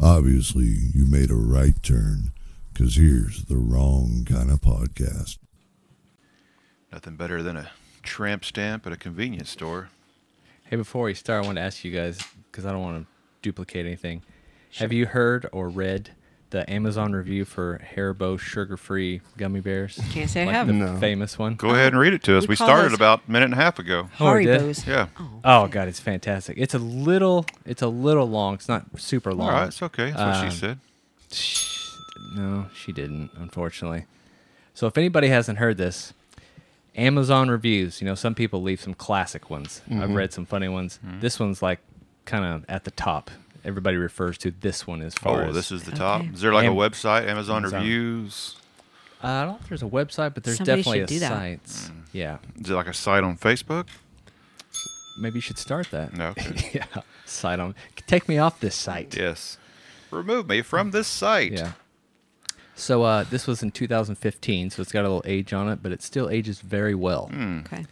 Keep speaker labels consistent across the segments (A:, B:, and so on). A: obviously you made a right turn because here's the wrong kind of podcast.
B: Nothing better than a tramp stamp at a convenience store.
C: Hey, before we start, I want to ask you guys because I don't want to duplicate anything. Have you heard or read the Amazon review for Haribo sugar-free gummy bears?
D: Can't say I
C: like
D: haven't.
C: The famous one.
B: Go ahead and read it to us.
D: We
B: We,
D: call
B: started
D: those-
B: about a minute and a half ago.
C: Oh, we did?
D: Haribos.
B: Yeah.
C: Oh god, it's fantastic. It's a little, it's a little long. It's not super long.
B: All right, it's okay. That's what
C: Um,
B: she said.
C: Shh. No, she didn't, unfortunately. So if anybody hasn't heard this, Amazon reviews, you know, some people leave some classic ones.
B: Mm-hmm.
C: I've read some funny ones. This one's like kind of at the top. Everybody refers to this one as far
B: Oh,
C: as
B: this is the top.
D: Okay.
B: Is there like
C: Am-
B: a website, Amazon,
C: Amazon.
B: reviews?
C: Uh, I don't know if there's a website, but there's
D: Somebody
C: definitely
D: should
C: a
D: do that.
C: sites.
B: Mm.
C: Yeah,
B: Is it like a site on Facebook?
C: maybe you should start that.
B: No, okay.
C: yeah, site on. Take me off this site.
B: Yes. Remove me from this site.
C: Yeah. So uh, this was in 2015, so it's got a little age on it, but it still ages very well.
B: Mm.
D: Okay.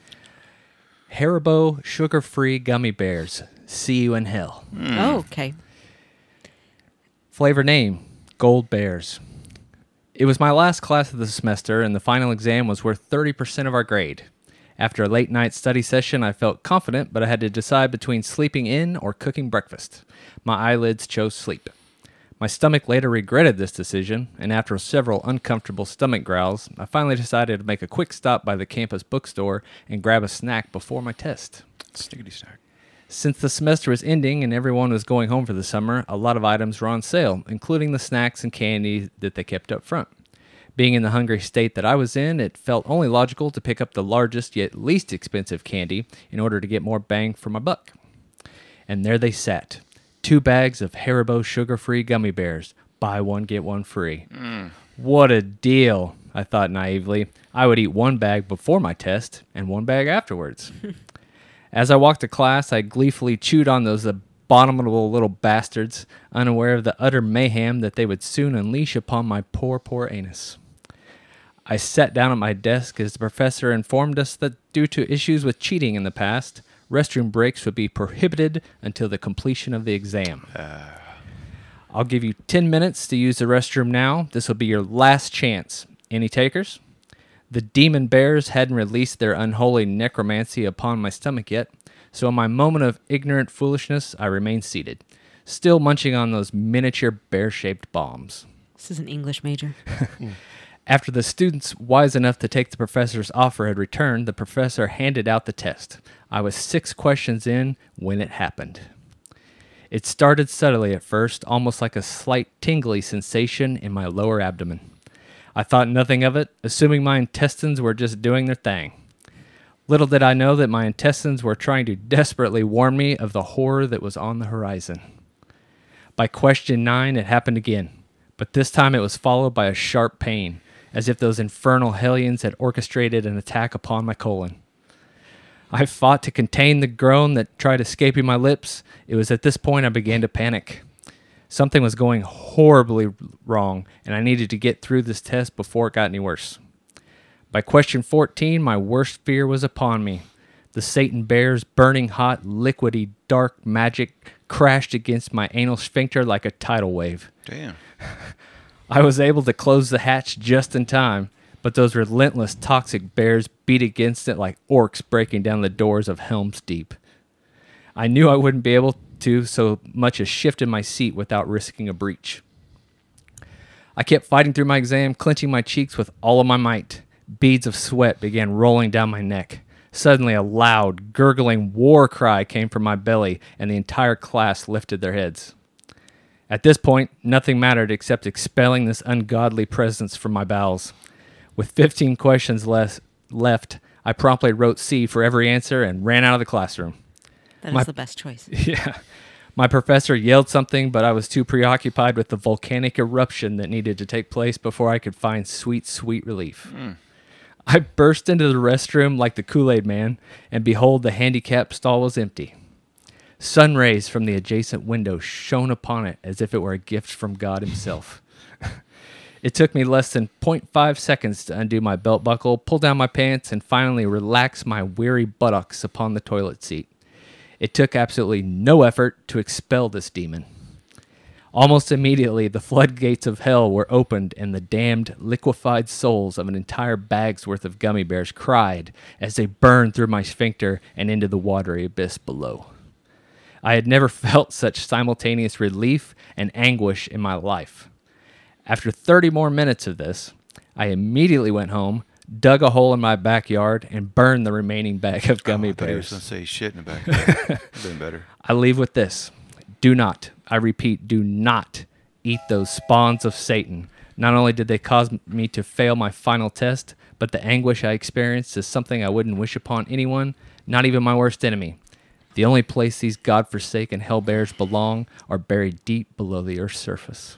C: Haribo sugar-free gummy bears. See you in hell.
D: Oh, okay.
C: Flavor name: Gold Bears. It was my last class of the semester, and the final exam was worth 30% of our grade. After a late night study session, I felt confident, but I had to decide between sleeping in or cooking breakfast. My eyelids chose sleep. My stomach later regretted this decision, and after several uncomfortable stomach growls, I finally decided to make a quick stop by the campus bookstore and grab a snack before my test.
B: Snickety snack.
C: Since the semester was ending and everyone was going home for the summer, a lot of items were on sale, including the snacks and candy that they kept up front. Being in the hungry state that I was in, it felt only logical to pick up the largest yet least expensive candy in order to get more bang for my buck. And there they sat two bags of Haribo sugar free gummy bears. Buy one, get one free. What a deal, I thought naively. I would eat one bag before my test and one bag afterwards. As I walked to class, I gleefully chewed on those abominable little bastards, unaware of the utter mayhem that they would soon unleash upon my poor, poor anus. I sat down at my desk as the professor informed us that due to issues with cheating in the past, restroom breaks would be prohibited until the completion of the exam. I'll give you 10 minutes to use the restroom now. This will be your last chance. Any takers? The demon bears hadn't released their unholy necromancy upon my stomach yet, so in my moment of ignorant foolishness, I remained seated, still munching on those miniature bear shaped bombs.
D: This is an English major.
C: After the students wise enough to take the professor's offer had returned, the professor handed out the test. I was six questions in when it happened. It started subtly at first, almost like a slight tingly sensation in my lower abdomen. I thought nothing of it, assuming my intestines were just doing their thing. Little did I know that my intestines were trying to desperately warn me of the horror that was on the horizon. By question nine, it happened again, but this time it was followed by a sharp pain, as if those infernal hellions had orchestrated an attack upon my colon. I fought to contain the groan that tried escaping my lips. It was at this point I began to panic. Something was going horribly wrong, and I needed to get through this test before it got any worse. By question 14, my worst fear was upon me. The Satan bear's burning hot, liquidy, dark magic crashed against my anal sphincter like a tidal wave.
B: Damn.
C: I was able to close the hatch just in time, but those relentless toxic bears beat against it like orcs breaking down the doors of Helm's Deep. I knew I wouldn't be able to so much as shift in my seat without risking a breach. I kept fighting through my exam, clenching my cheeks with all of my might. Beads of sweat began rolling down my neck. Suddenly, a loud, gurgling war cry came from my belly, and the entire class lifted their heads. At this point, nothing mattered except expelling this ungodly presence from my bowels. With 15 questions less left, I promptly wrote C for every answer and ran out of the classroom.
D: That is
C: My-
D: the best choice.
C: Yeah. My professor yelled something, but I was too preoccupied with the volcanic eruption that needed to take place before I could find sweet, sweet relief. I burst into the restroom like the Kool Aid man, and behold, the handicap stall was empty. Sun rays from the adjacent window shone upon it as if it were a gift from God Himself. It took me less than 0.5 seconds to undo my belt buckle, pull down my pants, and finally relax my weary buttocks upon the toilet seat. It took absolutely no effort to expel this demon. Almost immediately, the floodgates of hell were opened, and the damned, liquefied souls of an entire bag's worth of gummy bears cried as they burned through my sphincter and into the watery abyss below. I had never felt such simultaneous relief and anguish in my life. After 30 more minutes of this, I immediately went home, dug a hole in my backyard, and burned the remaining bag of gummy
B: Oh, I thought he was
C: bears.
B: gonna say shit in the back. That'd been better.
C: I leave with this. Do not, I repeat, do not eat those spawns of Satan. Not only did they cause me to fail my final test, but the anguish I experienced is something I wouldn't wish upon anyone, not even my worst enemy. The only place these godforsaken hellbears belong are buried deep below the earth's surface.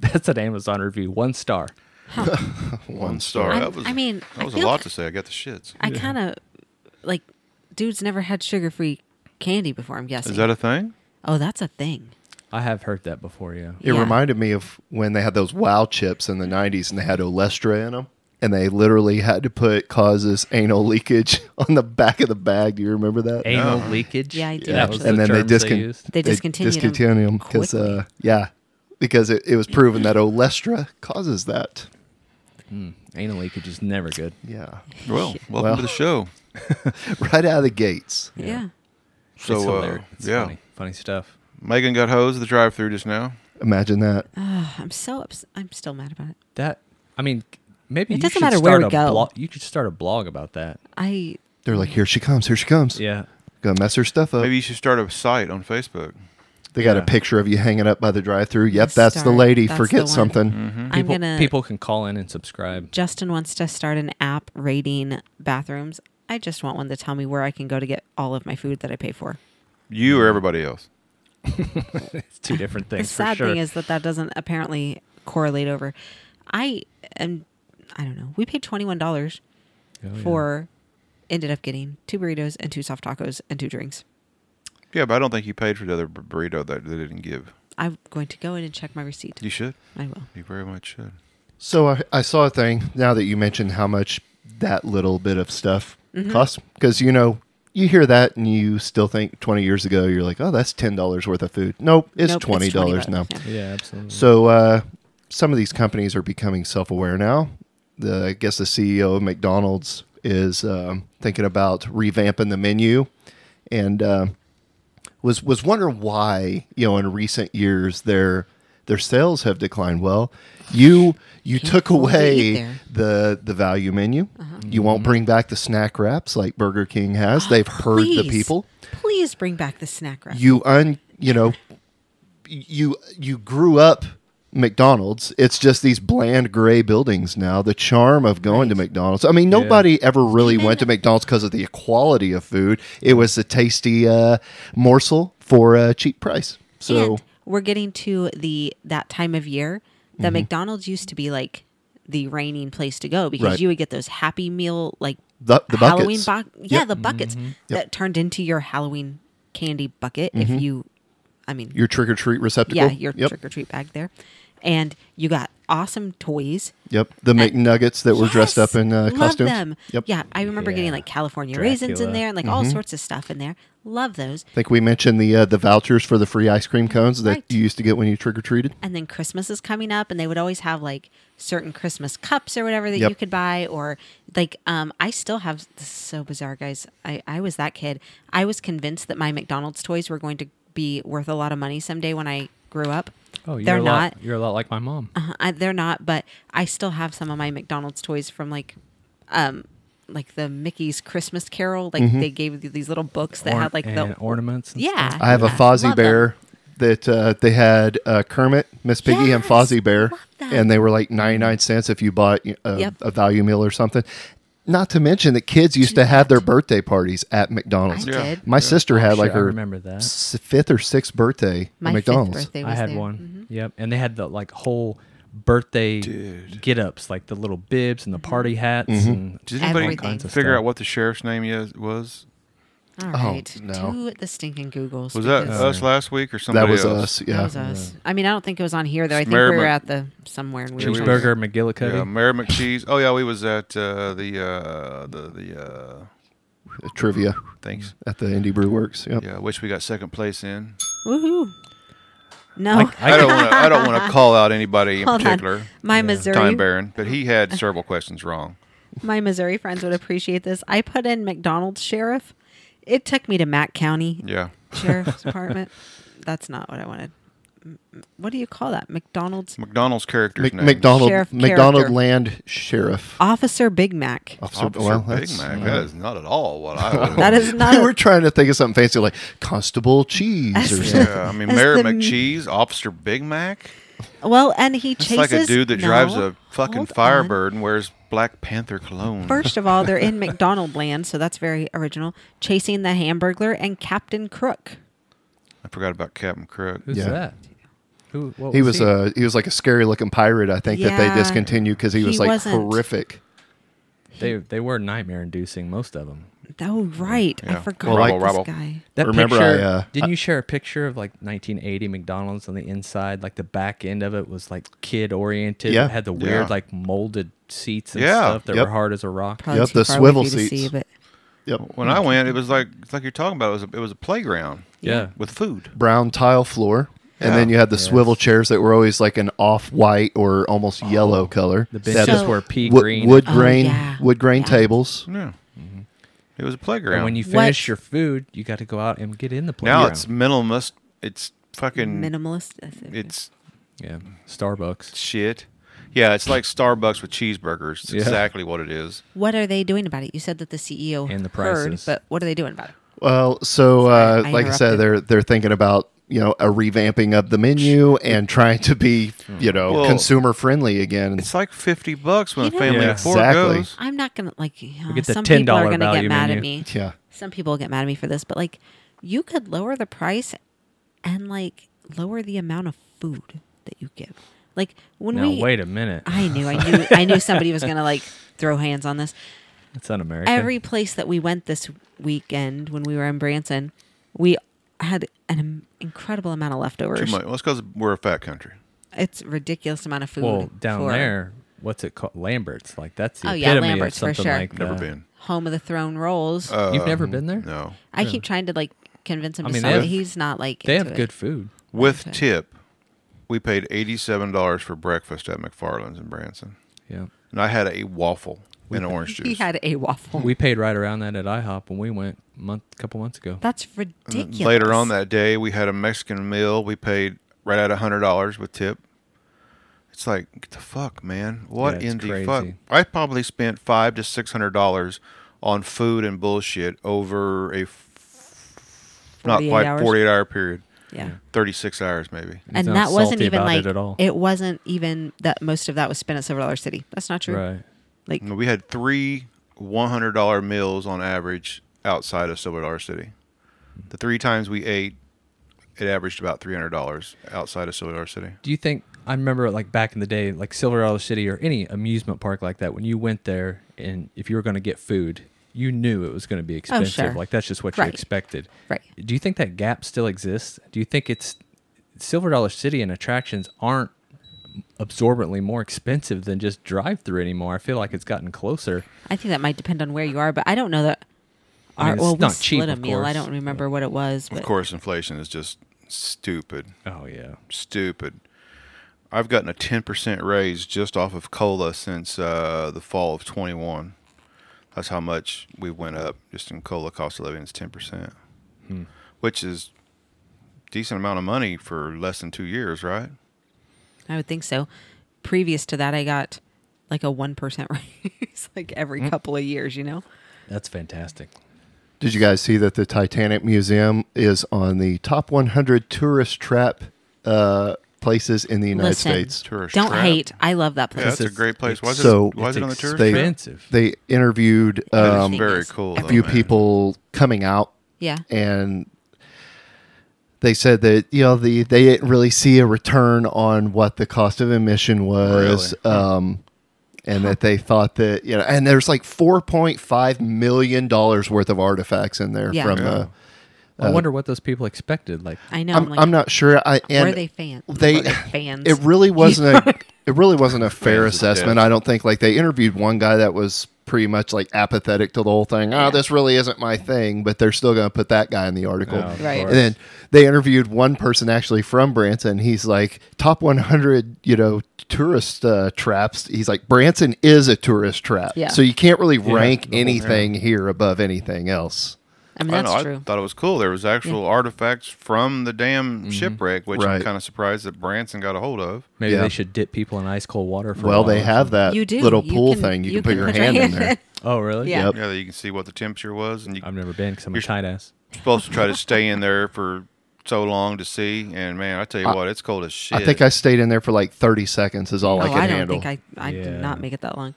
C: That's an Amazon review, one star.
B: One star.
D: I'm-
B: That was,
D: I mean, I
B: that was a
D: feel
B: lot
D: that-
B: to say. I got the shits.
D: I kind of like dudes never had sugar free candy before. I'm guessing.
B: Is that a thing?
D: oh, that's a thing.
C: I have heard that before, yeah.
E: It
D: Yeah.
E: reminded me of when they had those wow chips in the 90s and they had Olestra in them. And they literally had to put causes anal leakage on the back of the bag. Do you remember that?
C: Anal leakage.
D: Yeah, I do.
C: That was
D: actually.
E: and
C: the
E: then they,
C: terms
E: discon-
C: used.
D: They discontinued 'em
E: them because,
D: quickly.
E: uh, yeah, because it, it was proven that Olestra causes that.
C: Anal leakage is never good.
E: Yeah,
B: Well, welcome
E: Well.
B: to the show.
E: right out of the gates.
D: Yeah.
B: So
C: it's
B: uh,
C: hilarious. It's
B: yeah,
C: funny, funny stuff.
B: Megan got hosed at the drive-through just now.
E: Imagine that.
D: Ugh, I'm so ups- I'm still mad about it.
C: That I mean, maybe
D: It
C: you
D: doesn't
C: should
D: matter
C: start
D: where we
C: a
D: go.
C: Blog, you could start a blog about that.
D: I
E: They're like, here she comes, here she comes.
C: Yeah,
E: Gonna mess her stuff up.
B: Maybe you should start a site on Facebook.
E: they got
C: yeah.
E: a picture of you hanging up by the drive-through. Yep,
D: Let's
E: that's the
D: start.
E: lady.
D: That's the
E: Forget
D: one.
E: something.
C: Mm-hmm.
B: Mm-hmm.
D: I'm
C: people,
D: gonna
C: people can call in and subscribe.
D: Justin wants to start an app rating bathrooms. I just want one to tell me where I can go to get all of my food that I pay for.
B: You or everybody else.
C: It's two different things.
D: the sad
C: for sure.
D: thing is that that doesn't apparently correlate over. I am, I don't know. We paid twenty one dollars
C: Oh, yeah.
D: for, ended up getting two burritos and two soft tacos and two drinks.
B: Yeah, but I don't think you paid for the other bur- burrito that they didn't give.
D: I'm going to go in and check my receipt.
B: You should.
D: I will.
B: You very much should.
E: So I, I saw a thing now that you mentioned how much that little bit of stuff costs. Because, you know, you hear that and you still think 20 years ago, you're like, oh, that's $10 worth of food. Nope, it's,
D: Nope,
E: $20,
D: $20
E: now.
D: Yeah.
C: yeah, absolutely.
E: So uh, some of these companies are becoming self aware now. The, I guess the CEO of McDonald's is um, thinking about revamping the menu and uh, was, was wondering why, you know, in recent years, their. Their sales have declined. Well, you you
D: Can't
E: took
D: afford to eat
E: away
D: there. Uh-huh.
E: the the value menu. You won't bring back the snack wraps like Burger King has. They've heard the
D: Oh, Please,
E: people
D: Please bring back the snack wrap.
E: you un you know you you grew up McDonald's. It's just these bland gray buildings now. The charm of going to McDonald's. I mean, nobody ever really went to McDonald's because of the equality of food. It was a tasty uh, morsel for a cheap price. So
D: and we're getting to the that time of year. The
E: Mm-hmm.
D: McDonald's used to be like the reigning place to go because
E: Right.
D: you would get those Happy Meal like
E: The- the
D: Halloween
E: buckets. Mm-hmm.
D: buckets. yeah, the buckets that turned into your Halloween candy bucket. If you, I mean,
E: your trick or treat receptacle.
D: yeah, your
E: Mm-hmm. yep.
D: trick or treat bag there, and you got awesome toys.
E: Yep, the McNuggets that were dressed
D: Uh, Yes!
E: up in uh,
D: Love
E: costumes.
D: Them.
E: Yep. Mm-hmm.
D: Yeah, I remember
C: Yeah.
D: getting like California raisins in
C: Dracula.
D: there and like all sorts of stuff in there. Love those.
E: I think we mentioned the uh, the vouchers for the free ice cream cones that
D: Right.
E: you used to get when you trick or treated.
D: and then Christmas is coming up, and they would always have like certain Christmas cups or whatever that
E: Yep.
D: you could buy, or like um, I still have this is so bizarre, guys. I I was that kid. I was convinced that my McDonald's toys were going to be worth a lot of money someday when I grew up.
C: oh, you're
D: they're
C: a
D: not.
C: Lot, you're a lot like my mom.
D: Uh, I, they're not, but I still have some of my McDonald's toys from like, um, like the Mickey's Christmas Carol. Like
E: Mm-hmm.
D: they gave you these little books that
C: Or-
D: had like
C: and
D: the
C: ornaments. and
D: yeah.
E: I have a
D: yeah.
E: Fozzie
D: Love them.
E: Bear that uh, they had uh, Kermit, Miss Piggy, and
D: Yes,
E: Fozzie Bear,
D: love that.
E: and they were like ninety nine cents if you bought y- a,
D: Yep.
E: a value meal or something. Not to mention that kids used to have their birthday parties at McDonald's.
D: I
B: Yeah.
D: did.
E: My sister had like
C: Shit, I
E: her
C: remember that.
E: s- fifth or sixth birthday at
D: My
E: McDonald's.
D: fifth birthday was
C: I had
D: there. Mm-hmm.
C: one. Yep, and they had the like whole birthday
B: Dude.
C: get-ups, like the little bibs and the party hats. And
B: Did anybody
D: Mm-hmm. Everything. Kinds
C: of
B: figure
C: stuff.
B: out what the sheriff's name is, was?
D: All
E: Oh,
D: right, to
E: no.
D: the stinking Googles.
B: Was that
D: because-
B: us last week or somebody
E: That was
B: else?
E: us. Yeah.
D: That was us. I mean, I don't think it was on here though. I think
B: Mary
D: we were
B: Mc-
D: at the somewhere and we were talking-
C: Cheeseburger McGillicuddy.
B: Yeah, Mary McCheese. Oh yeah, we was at uh, the uh, the the uh,
E: Trivia
B: thanks. Mm-hmm.
E: at the Indie Brew Works. Yep.
B: Yeah, which we got second place in.
D: Woohoo! No.
C: Like,
B: I don't want to. I don't want to call out anybody in
D: Hold on.
B: particular.
D: My
B: Time
D: Missouri
B: Baron, but he had several questions wrong.
D: my Missouri friends would appreciate this. I put in McDonald's sheriff. It took me to Mack County
B: Yeah,
D: Sheriff's Department. That's not what I wanted. M- m- What do you call that? McDonald's
B: McDonald's character's
E: Mc,
B: name.
E: McDonald
D: Sheriff
E: McDonald
D: character.
E: Land Sheriff.
D: Officer Big Mac.
E: Officer,
B: Officer
E: well,
B: Big
E: that's-
B: Mac. That is not at all what I. Would
D: That is not.
E: we were
D: A,
E: trying to think of something fancy like Constable Cheese or something.
B: Yeah, I mean,
D: That's
B: Mayor
D: the-
B: McCheese, Officer Big Mac.
D: well, and he
B: It's
D: chases.
B: like a dude that
D: no,
B: drives a fucking
D: hold on.
B: Firebird and wears Black Panther cologne.
D: First of all, they're in McDonald land, so that's very original. Chasing the Hamburglar and Captain Crook.
B: I forgot about Captain Crook.
C: Who's
E: Yeah.
C: that? Who? What
E: He was uh, a he was like a scary looking pirate. I think that
D: Yeah.
E: they discontinued because he
D: He
E: was like
D: wasn't.
E: horrific.
C: They they were nightmare inducing most of them.
D: Oh right, I
B: Yeah.
D: forgot
B: Well,
D: about
B: like-
D: this
B: Rubble.
D: guy.
C: That
E: Remember
C: picture,
E: I, uh,
C: didn't you share a picture of like 1980 McDonald's on the inside? Like the back end of it was like kid oriented.
E: Yeah.
C: It had the weird
B: Yeah.
C: like molded seats and
B: Yeah.
C: stuff that
E: Yep.
C: were hard as a rock.
D: Probably
E: Yep,
D: too
E: the
D: far away for
E: swivel
D: you to
E: seats.
D: see, but
E: Yep.
C: Mm-hmm.
B: When I went, it was like it's like you're talking about. It was a, it was a playground
C: Yeah.
B: with food.
E: Brown tile floor. And
B: Yeah.
E: then you had the
C: Yes.
E: swivel chairs that were always like an off white or almost yellow color.
C: Oh. The
E: They had
C: benches
E: the
D: So-
C: were pea
E: wo-
C: green.
E: wood
D: Oh,
E: grain
D: yeah.
E: wood grain
D: Yeah.
E: tables.
B: Yeah, it was a
C: Mm-hmm. and
B: playground.
C: when you
D: What-
C: finish your food, you got to go out and get in the
B: now
C: playground.
B: it's minimalist. It's fucking
D: minimalist. that's it.
B: It's
C: yeah, Starbucks.
B: shit. Yeah, it's like Starbucks with cheeseburgers. It's
C: Yeah.
B: exactly what it is.
D: What are they doing about it? You said that the CEO
C: And the
D: heard,
C: prices.
D: but what are they doing about it?
E: Well, so uh,
D: Sorry, I
E: like I
D: interrupted.
E: said, they're they're thinking about you know a revamping of the menu and trying to be you know
B: Well,
E: consumer friendly again.
B: It's like fifty bucks when
D: You
B: a
D: know-
B: family
C: Yeah.
B: of four
E: Exactly.
B: goes.
D: I'm not gonna like. you know,
C: get the
D: some people are
C: $10
D: gonna get
C: value
D: mad at
C: menu.
D: me.
E: Yeah,
D: Some people get mad at me for this, but like, you could lower the price and like lower the amount of food that you give. Like when
C: Now
D: we
C: wait a minute,
D: I knew, I knew, I knew somebody was gonna like throw hands on this.
C: it's un-American.
D: Every place that we went this weekend when we were in Branson, we had an im- incredible amount of
B: Too
D: leftovers.
B: much. Well, it's because we're a fat country.
D: It's a ridiculous amount of food.
C: well down
D: for
C: there, what's it called? Lambert's. Like that's the
D: Oh, yeah,
C: epitome
D: Lambert's
C: of
D: for
C: something
D: sure.
C: like
B: Never
C: that.
B: been.
D: Home of the Throne rolls.
B: Uh,
C: You've never been there?
B: No.
D: I keep trying to like convince him
C: I
D: to
C: mean,
D: stop.
C: they
D: it.
C: have-
D: He's not like
C: They
D: into
C: have
D: it.
C: good food.
B: With tip, we paid eighty-seven dollars for breakfast at McFarland's in Branson,
C: Yeah.
B: and I had a waffle and orange juice.
D: He had a waffle.
C: We paid right around that at IHOP when we went a month, couple months ago.
D: That's
B: And then
D: ridiculous.
B: Uh, Mm, Later on that day, we had a Mexican meal. We paid right at hundred dollars with tip. It's like get the fuck, man. What
C: Yeah, it's
B: in the
C: crazy.
B: fuck? I probably spent five to six hundred dollars on food and bullshit over a f- not
D: 48
B: quite
D: hours?
B: forty-eight hour period,
D: yeah.
B: thirty-six hours maybe.
D: And
C: not
D: that wasn't
C: salty
D: even
C: about it
D: like
C: at all.
D: it wasn't even that most of that was spent at Silver Dollar City. That's not true.
C: Right.
D: Like
B: We had three one hundred dollar meals on average outside of Silver Dollar City. The three times we ate, it averaged about three hundred dollars outside of Silver Dollar City.
C: Do you think I remember like back in the day, like Silver Dollar City or any amusement park like that, when you went there and if you were going to get food, you knew it was going to be expensive.
D: Oh, sure.
C: Like that's just what
D: Right.
C: you expected.
D: Right.
C: Do you think that gap still exists? Do you think it's Silver Dollar City and attractions aren't absorbently more expensive than just drive through anymore? I feel like it's gotten closer.
D: I think that might depend on where you are, but I don't know that.
C: I mean,
D: our-
C: it's
D: well, we
C: not
D: split
C: cheap,
D: a
C: of
D: meal. I
C: course,
D: don't remember what it was. But
B: Of course, inflation is just stupid,
C: Oh yeah.
B: stupid. I've gotten a ten percent raise just off of cola since uh, the fall of twenty one. That's how much we went up just in cola cost of living is ten percent, which is decent amount of money for less than two years, right?
D: I would think so. Previous to that, I got like a one percent raise, like
B: Hmm.
D: every couple of years. You know,
C: That's fantastic.
E: Did you guys see that the Titanic Museum is on the top 100 tourist trap uh, places in the United
D: Listen,
E: States?
B: Tourist
D: don't
B: trap.
D: hate. I love that place.
B: Yeah, that's a
C: it's-
B: great place. Why is,
E: so-
B: it, why is it on the
C: it's
B: tourist
E: They-
B: trap?
C: Expensive.
E: They interviewed
B: That is
E: um,
B: very cool.
D: A
E: a
B: though,
E: few
B: man.
E: people coming out
D: yeah.
E: and they said that you know the they didn't really see a return on what the cost of admission was um and that they thought that you know and there's like 4.5 million dollars worth of artifacts in there
D: Yeah.
E: from
B: Yeah.
E: uh,
C: I wonder what those people expected. Like,
D: I know.
E: I'm,
D: like,
E: I'm not sure I and
D: were they fans?
E: they-
D: were they fans?
E: it really wasn't a it really wasn't a fair
B: Fans of death.
E: assessment i don't think like they interviewed one guy that was pretty much like apathetic to the whole thing. Ah, this really isn't my thing, but they're still going to put that guy in the article.
C: Oh, of
D: Right.
E: And then they interviewed one person actually from Branson. He's like top 100, you know, tourist uh, traps. He's like Branson is a tourist trap.
D: Yeah.
E: So you can't really
B: the
E: rank
B: whole-
E: anything here above anything else.
D: I mean,
B: I,
D: that's
B: don't know, I
D: true.
B: thought it was cool. There was actual artifacts from the damn shipwreck, which I'm
E: Right.
B: kind of surprised that Branson got a hold of.
C: Maybe
E: Yeah.
C: they should dip people in ice cold water for a
E: Well,
C: while
E: they
C: or
E: have that
D: You do.
E: little
D: You
E: pool
D: can-
E: thing. You,
D: you
E: can put
D: can
E: your
D: put your
E: hand in
D: hand
E: there.
D: in.
C: something. Oh, really?
D: Yeah.
E: Yep.
B: Yeah, you can see what the temperature was, and you
C: I've never been because I'm a
B: You're-
C: tight ass.
B: supposed to try to stay in there for so long to see. And man, I tell you what, it's cold as shit.
E: I think I stayed in there for like 30 seconds is all I
D: oh,
E: could
D: I don't
E: handle.
D: think I, I
C: Yeah.
D: did not make it that long.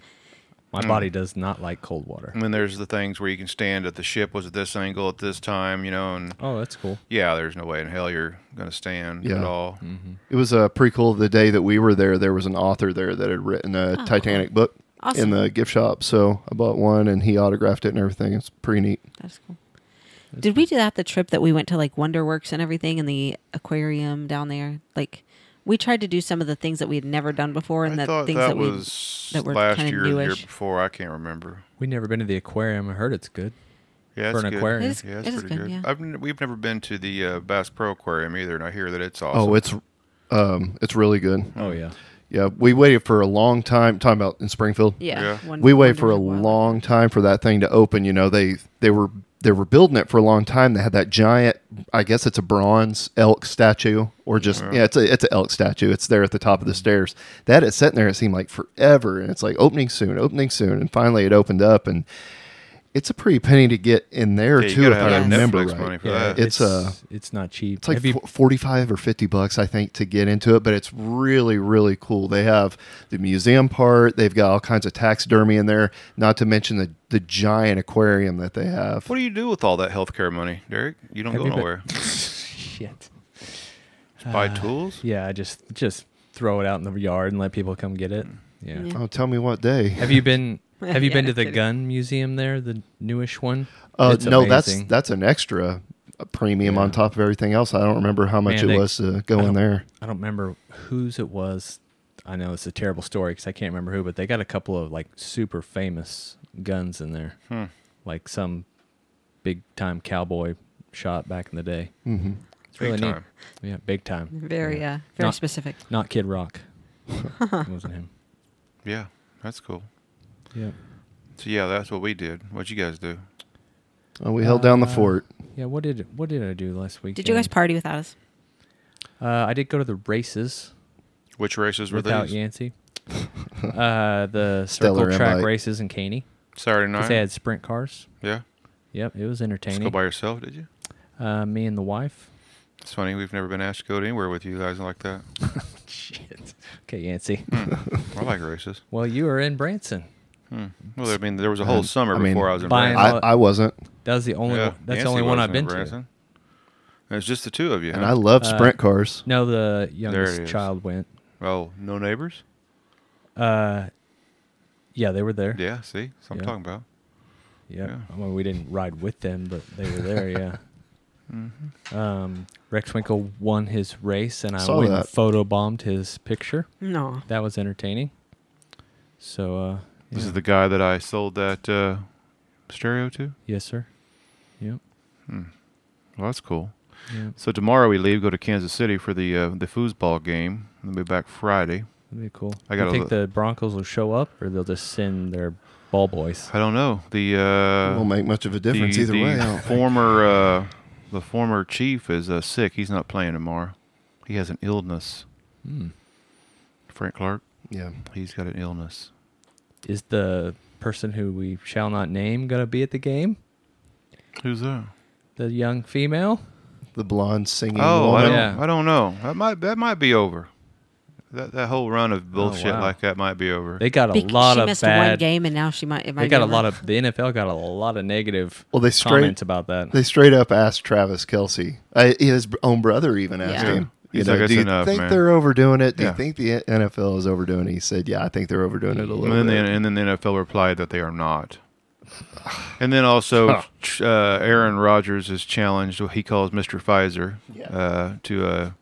C: My
E: Mm.
C: body does not like cold water.
B: And then there's the things where you can stand at the ship was at this angle at this time, you know, and
C: Oh, that's cool.
B: yeah, there's no way in hell you're gonna stand
E: Yeah.
B: at all.
E: It was uh, pretty cool. The day that we were there, there was an author there that had written a Titanic book
D: Oh, Awesome.
E: in the gift shop. So I bought one and he autographed it and everything. It's pretty neat.
D: That's cool. Did we do that the trip that we went to like Wonderworks and everything and the aquarium down there? Like we tried to do some of the things that we had never done before and
B: I
D: the
B: thought
D: things
B: that,
D: that we
B: was
D: that were
B: last
D: kinda
B: year, or the year
D: newish.
B: before. I can't remember.
C: We've never been to the aquarium. I heard it's good.
B: Yeah,
C: For
B: it's
C: an
B: good.
C: aquarium.
D: It is-
B: yeah, it's
D: it is
B: pretty
D: good,
B: good.
D: yeah.
B: I've n- we've never been to the uh, Bass Pro Aquarium either, and I hear that it's awesome.
E: Oh, it's um, it's really good.
C: Oh, yeah.
E: Yeah, we waited for a long time. Talking about in Springfield.
D: yeah.
B: Yeah.
D: Won-
E: we waited for a
D: Wonderwork Wildlife.
E: long time for that thing to open. You know, they they were they were building it for a long time. They had that giant, I guess it's a bronze elk statue, or just yeah, it's a it's an elk statue. It's there at the top of the stairs. They had it sitting there. It seemed like forever, and it's like opening soon, opening soon, and finally it opened up, and it's a pretty penny to get in there
B: Yeah, you
E: too,
B: gotta
E: if
B: have
E: I
B: that
E: remember
B: Netflix
E: right.
B: money for
C: Yeah,
B: that.
E: It's, uh,
C: it's not cheap.
E: It's like
C: Have you-
E: fo- 45 or 50 bucks, I think, to get into it, but it's really, really cool. They have the museum part, they've got all kinds of taxidermy in there, not to mention the, the giant aquarium that they have.
B: what do you do with all that healthcare money, Derek? You don't
C: Have
B: go
C: you been- Uh,
B: nowhere.
C: Shit.
B: Buy tools.
C: Yeah, I just just throw it out in the yard and let people come get it. Yeah.
D: Yeah.
E: Oh, tell me what day.
C: Have you been? Have you
D: Yeah,
C: been to
D: I'm
C: the
D: kidding.
C: gun museum there, the newish one?
E: Uh,
C: It's
E: no,
C: amazing.
E: that's that's an extra premium on top of everything else. I don't remember how much
C: Man,
E: it
C: they-
E: was to go
C: I
E: in
C: don't-
E: there.
C: I don't remember whose it was. I know it's a terrible story because I can't remember who, but they got a couple of like super famous guns in there,
B: Hmm.
C: like some big time cowboy shot back in the day. Mm-hmm. It's really
B: Big
C: neat.
B: time.
C: Yeah, big time.
D: Very
C: yeah.
D: uh very
C: Not-
D: specific.
C: Not Kid Rock. it wasn't him.
B: Yeah, that's cool.
C: Yeah.
B: So yeah, that's what we did. What'd you guys do?
E: Oh, we held down the fort.
C: Uh, Yeah. What did What did I do last week?
D: Did you guys party without us?
C: Uh, I did go to the races
B: Which races were
C: without
B: these?
C: Yancey. uh, the
E: Stellar
C: circle track
E: invite.
C: races in Caney
B: Saturday night.
C: because they had sprint cars.
B: yeah.
C: Yep, it was
B: Just
C: entertaining.
B: go by yourself, did you?
C: Uh, me and the wife.
B: It's funny. We've never been asked to go to anywhere with you guys like that.
C: Shit. Okay, Yancy.
B: Hmm. I like races.
C: well, you were in Branson.
B: Hmm. Well, I mean, there was a whole summer
E: I mean,
B: before I was in
C: Um, buying
B: Branson.
E: I, I wasn't,
C: That was the only.
B: Yeah,
C: one, that's
B: Nancy
C: the only one
B: wasn't
C: I've
B: in
C: been to.
B: Branson. And it's just the two of you.
E: and
B: huh?
E: I loved sprint cars.
C: Uh, No, the
B: it is.
C: youngest child went. Uh,
B: oh, no neighbors.
C: Yeah, they were there.
B: Yeah, see, that's what I'm
C: Yeah.
B: talking about.
C: Yep.
B: yeah.
C: I mean, we didn't ride with them, but they were there. Yeah.
B: Mm-hmm.
C: um, Rex Winkle won his race, and I
E: Saw
C: went and
E: that.
C: photobombed his picture.
D: No.
C: That was entertaining. So, uh,
B: This
C: yeah.
B: is the guy that I sold that uh, stereo to.
C: yes, sir. Yep.
B: Well, that's cool.
C: Yep.
B: So tomorrow we leave, go to Kansas City for the uh, the foosball game. We'll be back Friday.
C: That'd be cool.
B: I
C: you
B: gotta
C: think
B: look.
C: the Broncos will show up, or they'll just send their ball boys.
B: I don't know the. Uh,
E: won't make much of a difference
B: the,
E: either
B: the
E: way. I don't think.
B: former uh, the former chief is uh, sick. He's not playing tomorrow. He has an illness. Hmm. Frank Clark.
E: Yeah.
B: He's got an illness.
C: Is the person who we shall not name gonna be at the game?
B: Who's that?
C: The young female?
E: The blonde singing
B: Oh, I
E: woman.
B: don't.
C: Yeah.
B: I don't know. That might that might be over. That that whole run of bullshit
C: Oh, wow.
B: like that might be over.
C: They got a
D: Bec-
C: lot
D: she
C: of
D: missed one
C: bad.
D: game and now she might it might
C: They got
D: be
C: a lot
D: over.
C: of the NFL got a lot of negative
E: Well, they straight-
C: comments about that.
E: They straight up asked Travis Kelsey. I, his own brother even asked
D: Yeah.
E: him. You
B: He's
E: know,
B: like, "That's
E: do you
B: enough,
E: think
B: man."
E: they're overdoing it? Do
B: Yeah.
E: you think the NFL is overdoing it? He said, "Yeah, I think they're overdoing it a little
B: and then the,
E: bit."
B: and then the NFL replied that they are not. And then also, ch- uh, Aaron Rodgers is challenged. What he calls Mr. Pfizer
E: Yeah.
B: uh, to a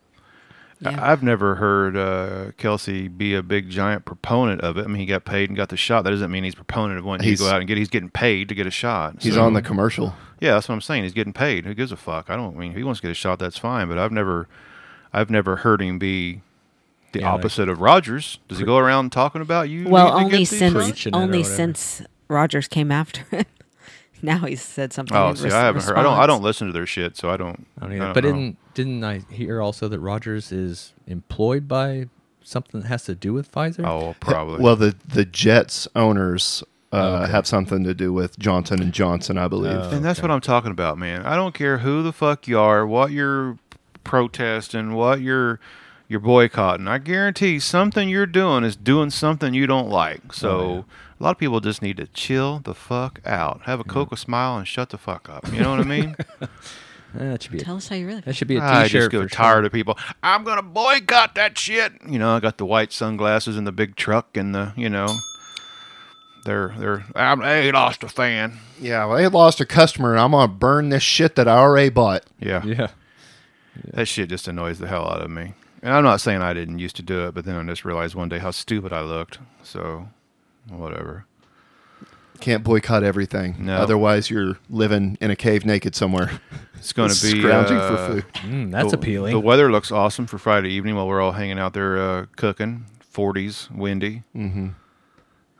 D: Yeah.
B: I've never heard uh, Kelsey be a big giant proponent of it. I mean, he got paid and got the shot. That doesn't mean he's a proponent of wanting you to
E: He's-
B: go out and get. He's getting paid to get a shot.
E: He's
B: So-
E: on the commercial.
B: Yeah, that's what I'm saying. He's getting paid. Who gives a fuck? I don't I mean if he wants to get a shot. That's fine. But I've never, I've never heard him be the
C: Yeah, like-
B: opposite of Rogers. Does he go around talking about you?
D: Well,
B: need to
D: only
B: get these
D: since
C: Preaching it or
D: only
C: whatever.
D: since Rogers came after it. now he's said something.
B: Oh,
D: in
B: see,
D: res-
B: I haven't heard. I don't. I
D: response.
B: don't listen to their shit, so I don't.
C: I don't either.
B: don't
C: but
B: know.
C: didn't didn't I hear also that Rogers is employed by something that has to do with Pfizer?
B: Oh, probably.
E: Well, the the Jets owners uh, have something to do with Johnson and Johnson, I believe.
B: and that's what I'm talking about, man. I don't care who the fuck you are, what you're protesting, what you're you're boycotting. I guarantee something you're doing is doing something you don't
C: Oh,
B: like. So a lot of people just need to chill the fuck out, have a
C: Mm-hmm.
B: coca smile, and shut the fuck up. You know what I mean?
C: Eh, that should be
D: Tell
C: a,
D: us how you really.
C: that
D: Feel.
C: should be a
B: Ah, I just
C: T-shirt.
B: get
C: for
B: tired
C: sure.
B: of people. I'm gonna boycott that shit. You know, I got the white sunglasses and the big truck and the you know. They're they're I'm, hey lost a fan.
E: Yeah, well, they lost a customer, and I'm gonna burn this shit that I already bought.
B: Yeah.
C: Yeah,
B: That shit just annoys the hell out of me. And I'm not saying I didn't used to do it, but then I just realized one day how stupid I looked. So, whatever.
E: Can't boycott everything.
B: No.
E: Otherwise, you're living in a cave naked somewhere,
B: It's going to be
E: scrounging
B: uh,
E: for food.
C: Mm, that's
B: the-
C: appealing.
B: The weather looks awesome for Friday evening while we're all hanging out there uh, cooking. 40s, windy. Mm-hmm.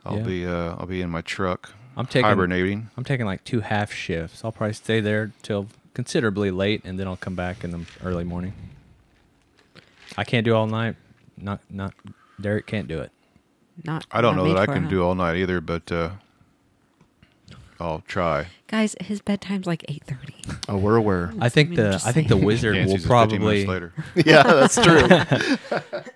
B: I'll
C: Yeah.
B: be uh, I'll be in my truck.
C: I'm taking-
B: hibernating.
C: I'm taking like two half shifts. I'll probably stay there till considerably late, and then I'll come back in the early morning. I can't do all night. Not not Derek can't do it.
D: Not.
B: I don't
D: not
B: know that
D: made
B: I
D: for
B: can
D: it,
B: do
D: huh?
B: all night either, but uh, I'll try.
D: Guys, his bedtime's like eight thirty.
E: Oh, we're aware.
C: I think
D: mean,
C: the
D: just
C: I think the
D: saying.
C: wizard
B: Nancy's
C: will
B: just 15 minutes
C: probably
B: later.
E: yeah, that's true.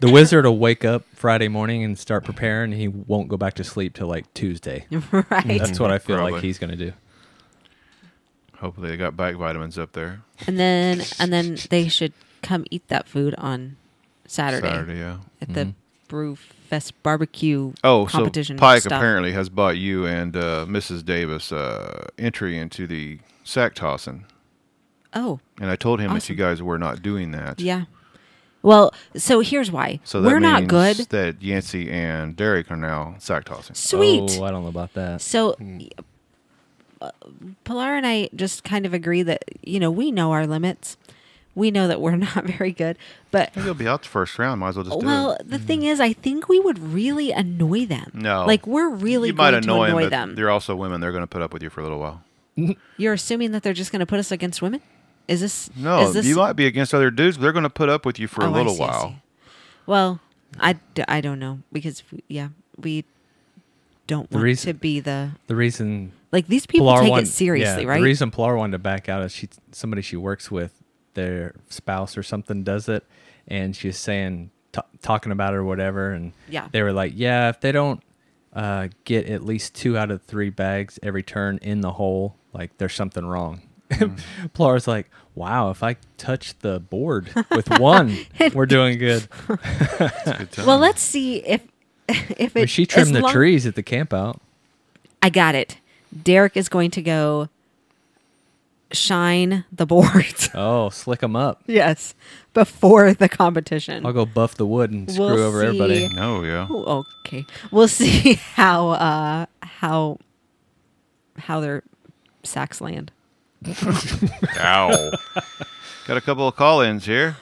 C: the wizard will wake up Friday morning and start preparing. And he won't go back to sleep till like Tuesday.
D: right.
C: That's what I feel like
B: Probably.
C: he's gonna do.
B: Hopefully, they got back vitamins up there
D: And then and then they should come eat that food on Saturday,
B: Saturday yeah.
D: at the
C: Mm-hmm.
D: Brew Fest barbecue
B: Oh, so
D: competition.
B: Pike
D: stuff.
B: apparently has bought you and uh, Mrs. Davis uh, entry into the sack tossing,
D: Oh,
B: and I told him that
D: Awesome.
B: you guys were not doing that.
D: yeah. Well, so here's why.
B: So that
D: we're not
B: means
D: good.
B: That Yancey and Derek are now sack tossing.
D: Sweet.
C: Oh, I don't know about that.
D: So,
B: Hmm.
D: uh, Pilar and I just kind of agree that, you know, we know our limits. We know that we're not very good. But,
B: Maybe You'll be out the first round. Might as well just do
D: well,
B: it.
D: the thing is, I think we would really annoy them.
B: hmm. No.
D: Like, we're really
B: you might
D: going
B: annoy,
D: to annoy
B: them, but
D: them.
B: They're also women. They're going to put up with you for a little while.
D: You're assuming that they're just going to put us against women? Is this.
B: No,
D: is this,
B: you might be against other dudes, but they're going to put up with you for
D: Oh,
B: a
D: I
B: little
D: see, I
B: while.
D: see. Well, I, d- I don't know because, yeah, we don't want
C: reason-
D: to be the.
C: The reason
D: Like, these people
C: Pilar
D: take
C: wanted-
D: it seriously,
C: yeah,
D: right?
C: The reason Pilar wanted to back out is she somebody she works with, their spouse or something does it, and she was saying t- talking about it or whatever, and
D: Yeah.
C: they were like, yeah, if they don't uh, get at least two out of three bags every turn in the hole, like there's something wrong. Mm. Pilar's like, wow, if I touch the board with one, we're doing good.
D: well, let's see if. If it,
C: But she
D: as
C: trimmed the
D: long-
C: trees at the camp out.
D: I got it. Derek is going to go shine the boards.
C: Oh, slick them up.
D: yes, before the competition.
C: I'll go buff the wood and screw
D: We'll
C: over everybody.
D: see.
B: No, yeah.
D: Ooh, okay, we'll see how uh, how how their sacks land.
B: Ow. got a couple of call-ins here.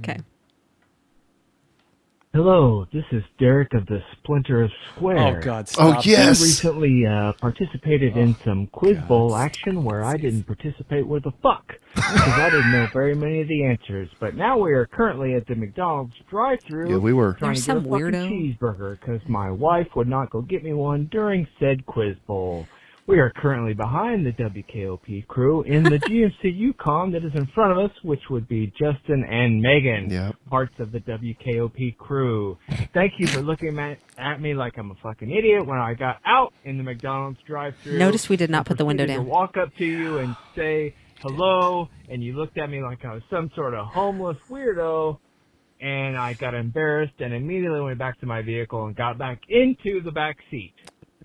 D: Okay,
F: Hello, this is Derek of the Splinter
C: Oh
F: Square.
C: God!
E: Oh
C: Stop it.
F: I
E: yes,
F: recently uh, participated in some quiz bowl action where I didn't participate with a fuck because I didn't know very many of the answers. But now we are currently at the McDonald's drive-through.
E: Yeah, we were.
F: trying to
D: There's
F: get a
D: some
F: fucking
D: weirdo.
F: cheeseburger because my wife would not go get me one during said quiz bowl. We are currently behind the WKOP crew in the GMC Yukon that is in front of us, which would be Justin and Megan,
E: Yep.
F: parts of the WKOP crew. Thank you for looking at, at me like I'm a fucking idiot when I got out in the McDonald's drive-through.
D: Notice we did not put the window
F: proceeded to
D: down.
F: walk up to you and say hello, and you looked at me like I was some sort of homeless weirdo and I got embarrassed and immediately went back to my vehicle and got back into the back seat.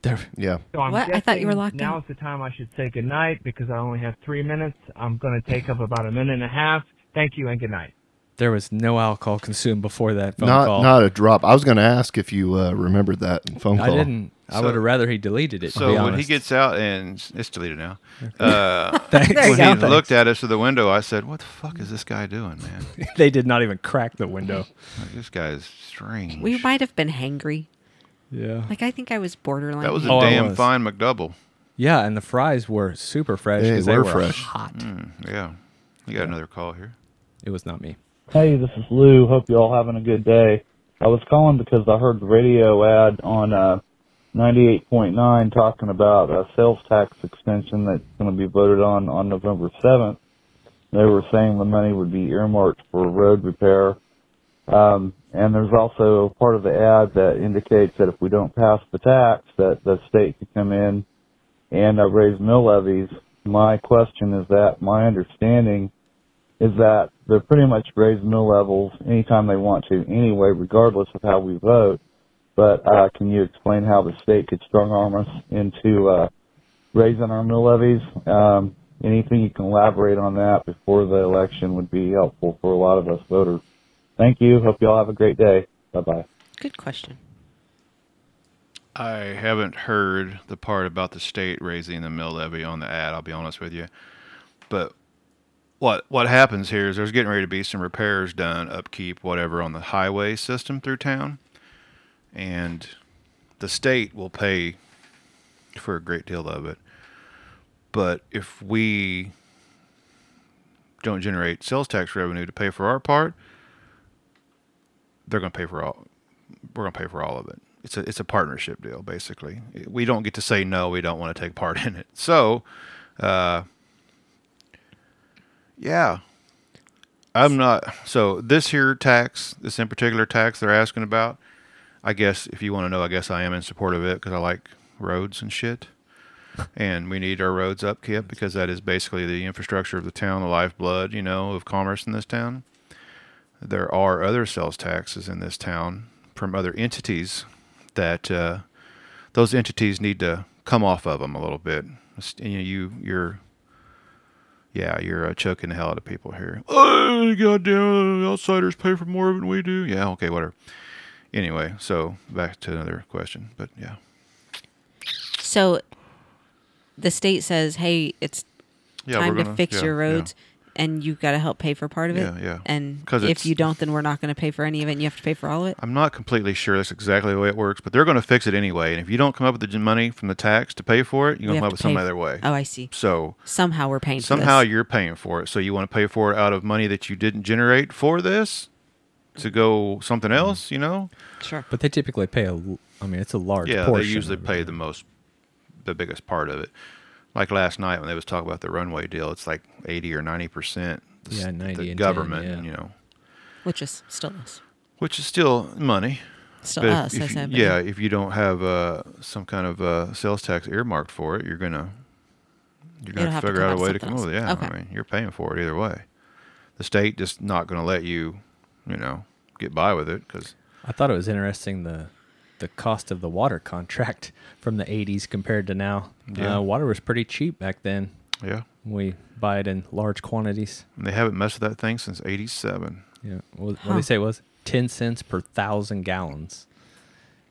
C: There-
E: yeah.
F: So I'm
D: What? I thought you were
F: guessing
D: locked
F: Now
D: out.
F: is the time I should say goodnight because I only have three minutes. I'm going to take up about a minute and a half. Thank you and good night.
C: There was no alcohol consumed before that phone
E: Not
C: call.
E: not a drop. I was going to ask if you uh, remembered that phone
C: I
E: call.
C: didn't. I
B: So-
C: would have rather he deleted it.
B: So
C: to be
B: when he
C: honest.
B: gets out and it's deleted now, uh,
C: Thanks.
D: There you
B: when
D: go.
B: he
D: Thanks.
B: looked at us through the window, I said, "What the fuck is this guy doing, man?
C: they did not even crack the window.
B: Like, this guy is strange."
D: We might have been hangry.
C: Yeah.
D: Like I think I was borderline.
B: that was a
C: Oh, I
B: damn
C: was.
B: fine McDouble.
C: Yeah, and the fries were super fresh
E: They
C: because they,
E: were
C: were
E: fresh.
C: hot.
B: Mm. Yeah, we got another call here.
C: It was not me.
G: Hey, this is Lou. Hope you all having a good day. I was calling because I heard the radio ad on uh, 98.9 talking about a sales tax extension that's going to be voted on on November 7th. They were saying the money would be earmarked for road repair. Um, and there's also part of the ad that indicates that if we don't pass the tax, that the state could come in and uh, raise mill levies. My question is that my understanding is that they're pretty much raise mill levels anytime they want to anyway, regardless of how we vote. But uh, can you explain how the state could strong arm us into uh, raising our mill levies? Um, anything you can elaborate on that before the election would be helpful for a lot of us voters. Thank you. Hope you all have a great day. Bye bye.
D: good question.
B: I haven't heard the part about the state raising the mill levy on the ad. I'll be honest with you, but what what happens here is there's getting ready to be some repairs done, upkeep, whatever, on the highway system through town, and the state will pay for a great deal of it. But if we don't generate sales tax revenue to pay for our part, they're going to pay for all. We're going to pay for all of it. It's a it's a partnership deal basically. We don't get to say no. We don't want to take part in it. So, uh, yeah, I'm not. So this here tax, this in particular tax they're asking about. I guess if you want to know, I guess I am in support of it because I like roads and shit. And we need our roads upkept because that is basically the infrastructure of the town, the lifeblood, you know, of commerce in this town there are other sales taxes in this town from other entities that uh, those entities need to come off of them a little bit. It's- You, know, you you're yeah, you're uh, choking the hell out of people here. Oh, goddamn! Outsiders pay for more of it than we do. Yeah, okay, whatever. Anyway, so back to another question, but yeah,
D: So the state says, "Hey, it's
B: yeah,
D: time
B: we're
D: to
B: gonna-
D: fix
B: yeah,
D: your
B: yeah.
D: roads." And you've got to help pay for part of it.
B: Yeah, yeah.
D: And
B: 'Cause
D: if
B: it's-
D: you don't, then we're not going to pay for any of it. and You have to pay for all of it.
B: I'm not completely sure that's exactly the way it works, but they're going to fix it anyway. And if you don't come up with the money from the tax to pay for it, you're going to
D: We
B: come
D: have
B: up
D: to
B: with some
D: pay-
B: other way.
D: Oh, I see.
B: So
D: Somehow we're paying.
B: somehow
D: for this.
B: you're paying for it so you want to pay for it out of money that you didn't generate for this to go something else you know
D: sure.
C: But they typically pay a. l- I mean, it's a large.
B: yeah they
C: portion
B: usually
C: of it.
B: pay the most the biggest part of it like last night when they was talking about the runway deal it's like 80 or 90 percent the,
C: Yeah,
B: s-
C: 90 and
B: the
C: 10,
B: government
C: yeah.
B: you know
D: Which is still us.
B: which is still money
D: Still
B: if-
D: us.
B: if
D: I
B: you-
D: said. but
B: yeah if you don't have uh, some kind of uh, sales tax earmarked for it you're gonna you're gonna
D: It'll
B: have
D: have
B: to
D: to
B: figure
D: come
B: out
D: out
B: a
D: of
B: way to
D: something
B: come up with it.
D: else.
B: yeah i
D: Okay.
B: mean you're paying for it either way the state just not gonna let you you know get by with it because
C: I thought it was interesting the the cost of the water contract from the 80s compared to now.
B: Yeah.
C: Uh, water was pretty cheap back then.
B: yeah
C: We buy it in large quantities.
B: and they haven't messed with that thing since 87
C: Yeah. What, what did
D: Huh.
C: they say it was? 10 cents per thousand gallons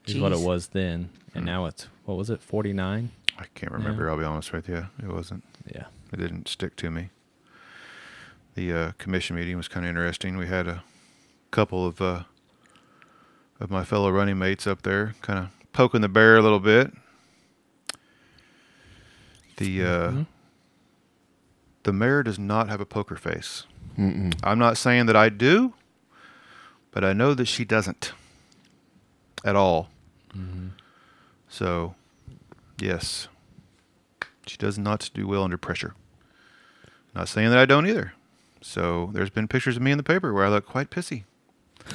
C: is what it
D: Jeez.
C: was then. And now it's, what was it, 49?
B: i can't remember i'll be honest with you it wasn't
C: Yeah.
B: it didn't stick to me the uh, commission meeting was kind of interesting we had a couple of uh, of my fellow running mates up there kind of poking the bear a little bit the uh, the mayor does not have a poker face i'm not saying that i do but i know that she doesn't at all so yes she does not do well under pressure. Not saying that I don't either. So there's been pictures of me in the paper where I look quite pissy.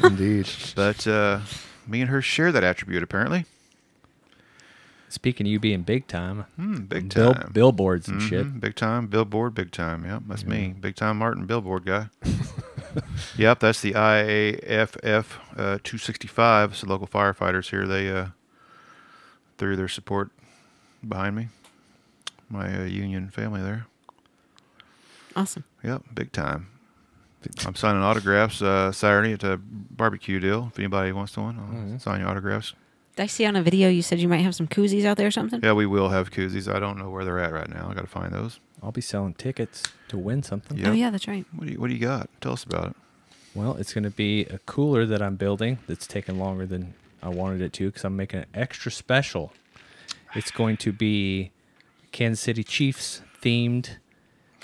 E: Indeed.
B: But uh, me and her share that attribute apparently.
C: Speaking of you being big time,
B: Hmm, big
C: bill,
B: time.
C: billboards and shit.
B: Mhm, Big time, billboard, big time. Yep, that's me. Big time Martin, billboard guy. yep, that's the IAFF uh, 265. So local firefighters here, they uh, threw their support behind me. My uh, union family there.
D: Awesome.
B: Yep, big time. I'm signing autographs uh, Saturday at a barbecue deal. If anybody wants one, I'll
C: Mm-hmm.
B: sign your autographs.
D: Did I see on a video you said you might have some koozies out there or something?
B: Yeah, we will have koozies. I don't know where they're at right now. I got to find those.
C: I'll be selling tickets to win something.
B: Yeah.
D: Oh yeah, that's right.
B: What do you What do you got? Tell us about it.
C: Well, it's going to be a cooler that I'm building that's taking longer than I wanted it to because I'm making it extra special. It's going to be Kansas City Chiefs themed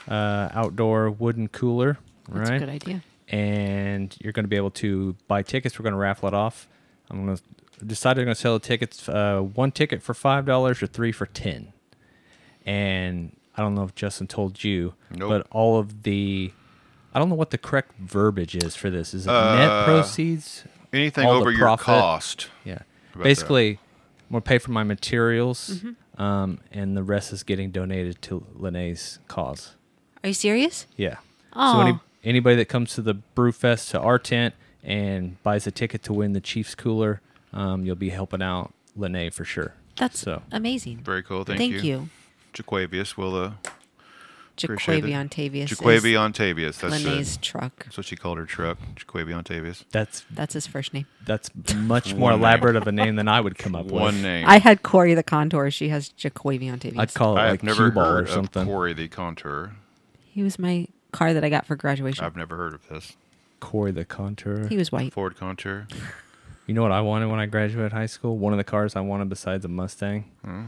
C: uh, outdoor wooden cooler.
D: That's
C: right?
D: a good idea.
C: and you're going to be able to buy tickets. We're going to raffle it off. I'm going to decide I'm going to sell the tickets. Uh, one ticket for five dollars or three for ten. And I don't know if Justin told you,
B: Nope.
C: but all of the, I don't know what the correct verbiage is for this. Is it
B: Uh,
C: net proceeds?
B: Anything
C: All the
B: over your
C: profit.
B: cost.
C: Yeah.
B: that?
C: Basically, I'm going to pay for my materials, um, and the rest is getting donated to Lene's cause.
D: Are you serious?
C: Yeah. So any,
D: Aw.
C: anybody that comes to the Brewfest to our tent and buys a ticket to win the Chiefs cooler, um, you'll be helping out Lene for sure.
D: That's
C: so.
D: amazing.
B: Very cool. Thank,
D: Thank
B: you. Jaquavius will uh, appreciate
D: Jaquavi
B: it.
D: Ontavius.
B: Jaquavi Ontavius. That's,
D: Lene's
B: it.
D: truck.
B: that's what she called her truck. Jaquavi Ontavius.
C: That's
D: That's his first name.
C: that's much more
B: One name.
C: elaborate of a name than I would come up
B: One
C: with.
B: name.
D: I had Corey the Contour. She has Jaquavi Ontavius.
C: I'd call it
B: I
C: like
B: have never
C: Q-ball or
B: heard of
C: something.
B: Corey
C: Corey.
B: the Contour.
D: He was my car that I got for graduation.
B: I've never heard of this.
C: the Contour.
D: he was white.
B: Ford Contour.
C: You know what I wanted when I graduated high school? One of the cars I wanted besides a Mustang,
B: Hmm.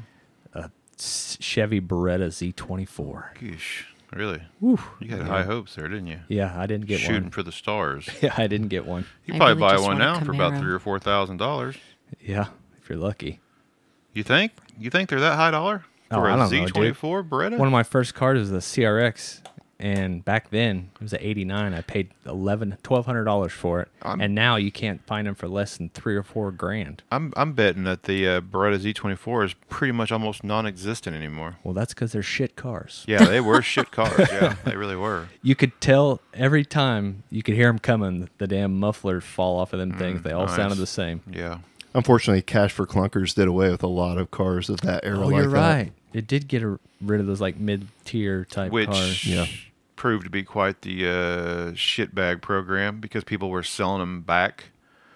C: a s- Chevy Beretta Z24.
B: Geesh. Really? You had high hopes there, didn't you?
C: Yeah, I didn't get
B: Shooting
C: one.
B: for the stars.
C: Yeah, I didn't get one.
B: You
D: I
B: probably
D: really
B: buy
D: just
B: one
D: want a
B: now for about
D: Camaro.
B: three or four thousand dollars.
C: Yeah, if you're lucky.
B: You think? You think they're that high dollar
C: Oh,
B: for
C: I
B: a
C: don't know,
B: Z
C: dude.
B: twenty four Beretta?
C: One of my first cars was a CRX, and back then it was an '89. I paid eleven, twelve hundred dollars for it,
B: I'm-
C: and now you can't find them for less than three or four grand.
B: I'm I'm betting that the uh, Beretta Z twenty four is pretty much almost non existent anymore.
C: Well, that's because they're shit cars.
B: Yeah, they were shit cars. Yeah, they really were.
C: You could tell every time you could hear them coming. The damn mufflers fall off of them things. They all
B: Mm, nice.
C: sounded the same.
B: Yeah.
E: Unfortunately, Cash for Clunkers did away with a lot of cars of that era.
C: Oh,
E: like
C: you're
E: that.
C: right. It did get a, rid of those like mid-tier type
B: Which
C: cars.
E: Yeah.
B: proved to be quite the uh, shitbag program because people were selling them back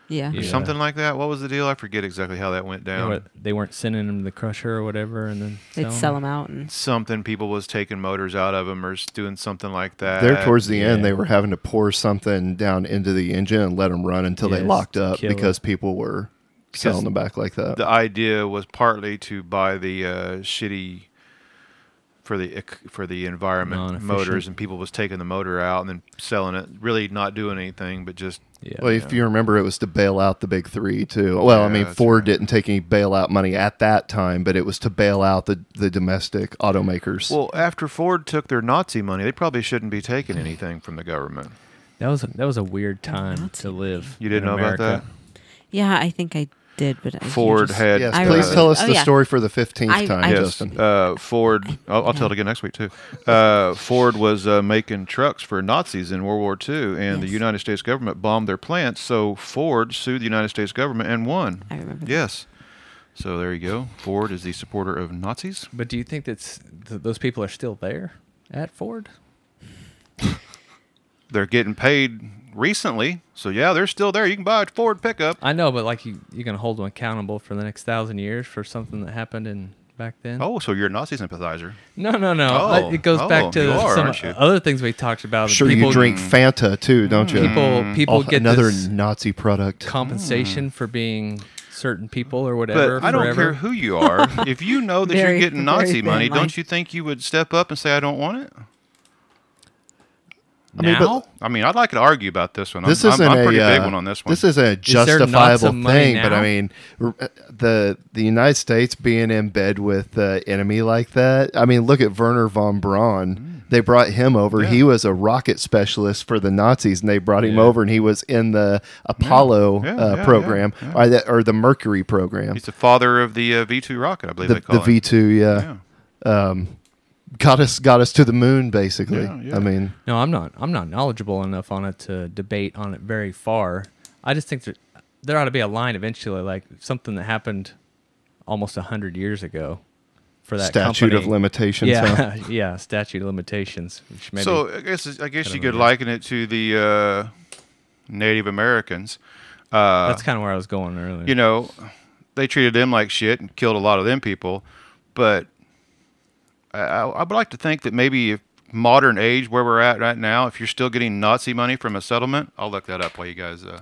D: Yeah.
B: or
C: Yeah.
B: something like that. What was the deal? I forget exactly how that went
C: You know
B: down.
C: what, they weren't sending them to the crusher or whatever, and then
D: They'd sell them out and
B: Something people was taking motors out of them or s- doing something like that.
E: There towards the end,
C: yeah.
E: they were having to pour something down into the engine and let them run until they
C: Yes,
E: locked up
C: kill it.
E: because people were selling them back like
C: Uh,
E: that.
B: the idea was partly to buy the uh, shitty for the ec- for the environment
C: Non-efficient.
B: motors, and people was taking the motor out and then selling it, really not doing anything, but just
C: Yeah.
E: well, if you remember, it was to bail out the big three too. Well, I
B: Yeah,
E: mean,
B: that's
E: Ford
B: right.
E: didn't take any bailout money at that time, but it was to bail out the, the domestic automakers.
B: well. After Ford took their Nazi money, they probably shouldn't be taking anything from the government.
C: that was a, that was a weird time to live.
B: You didn't
C: in
B: know about
C: America.
B: that?
D: yeah, I think I did, but I- you
B: Ford
D: just-
B: had
E: yes,
D: I
E: please
D: remember.
E: tell us
D: Oh,
E: the
D: yeah.
E: story for the fifteenth
D: I-
E: time,
D: I-
B: Yes.
E: Justin.
B: Uh, Ford. I'll, I'll tell it again next week too. Uh, Ford was uh, making trucks for Nazis in World War II, and the
D: Yes.
B: United States government bombed their plants. So Ford sued the United States government and won.
D: I remember that.
B: Yes. So there you go. Ford is the supporter of Nazis.
C: But do you think that's th- those people are still there at Ford?
B: They're getting paid recently, so yeah, they're still there. You can buy a Ford pickup.
C: I know, but like you, you can hold them accountable for the next thousand years for something that happened in back then.
B: Oh, so you're a Nazi sympathizer?
C: no, no, no! I-
B: Oh,
C: it goes
B: oh,
C: back to
B: you are,
C: some
B: aren't you?
C: other things we talked about.
E: Sure, you drink Fanta too, don't you?
C: People,
B: Mm.
C: people
E: Oh,
C: get
E: another
C: this
E: Nazi product.
C: compensation for being certain people or whatever.
B: But I don't
C: forever.
B: care who you are. if you know that you're
D: Very-
B: getting
D: very
B: Nazi
D: thin
B: money,
D: line.
B: don't you think you would step up and say, "I don't want it"?
E: I mean, but-
C: Now?
B: I mean, I'd like to argue about this one. I'm,
E: This
B: I'm-
E: isn't
B: I'm
E: a
B: pretty big
E: uh,
B: one on this one.
E: This is a
C: there not
E: justifiable
C: some money
E: thing, but
C: now?
E: I mean, r- uh, the the United States being in bed with the enemy like that. I mean, look at Werner von Braun.
B: Mm.
E: They brought him over. He was a rocket specialist for the Nazis, and they brought him over, and he was in the Apollo
B: Yeah,
E: uh,
B: yeah,
E: program
B: yeah,
E: Or, the, or the Mercury program,
B: He's the father of the uh, V2 rocket, I believe
E: the,
B: they call
E: the V
B: it.
E: two. Yeah, Um,
B: Yeah.
E: got us got us to the moon, basically.
B: Yeah, yeah.
E: I mean,
C: No, I'm not. I'm not knowledgeable enough on it to debate on it very far. I just think that there ought to be a line eventually, like something that happened almost a hundred years ago, for that
E: statute of
C: company.
E: limitations. huh?
C: Yeah, yeah, statute of limitations. Which maybe
B: So I guess I guess you
C: know,
B: could
C: yeah.
B: liken it to the uh, Native Americans. Uh,
C: that's kind of where I was going earlier.
B: you know, they treated them like shit and killed a lot of them people. But I, I I would like to think that maybe if modern age where we're at right now, if you're still getting Nazi money from a settlement, I'll look that up while you guys uh,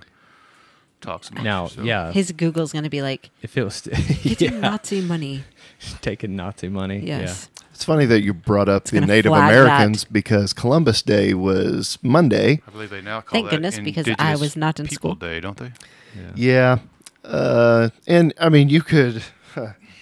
B: talk some.
C: now, yeah,
D: His Google's going to be like,
C: if it was
D: get
C: yeah,
D: your Nazi money.
C: taking Nazi money,
D: Yes.
E: It's funny that you brought up the
D: gonna
E: Native
D: flag that.
E: Americans because Columbus Day was Monday.
B: I believe they now call
D: Thank
B: that
D: goodness, because I
B: Indigenous
D: was not in
B: People
D: school.
B: Day, don't they?
E: Yeah, uh, and I mean you could.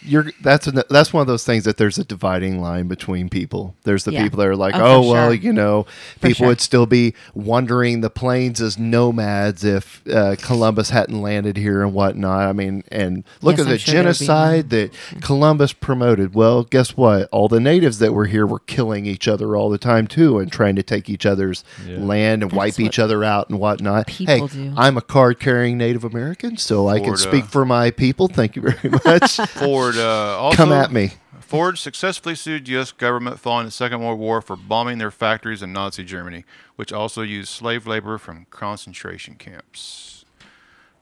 E: You're that's an, that's one of those things that there's a dividing line between people. There's the
D: Yeah.
E: people that are like,
D: Oh,
E: oh,
D: for
E: well,
D: sure.
E: you know,
D: For
E: people
D: sure.
E: would still be wandering the plains as nomads if uh, Columbus hadn't landed here and whatnot. I mean, and look
D: Yes,
E: at
D: I'm
E: the
D: sure there would be
E: genocide that Columbus promoted. Well, guess what? All the natives that were here were killing each other all the time too, and trying to take each other's land and wipe
D: what
E: each other out and whatnot. Hey,
D: people do.
E: I'm a card-carrying Native American, so I can
B: Florida.
E: speak for my people. Thank you very much.
B: Ford uh, also
E: Come at me.
B: Ford successfully sued U.S. government following the Second World War for bombing their factories in Nazi Germany, which also used slave labor from concentration camps.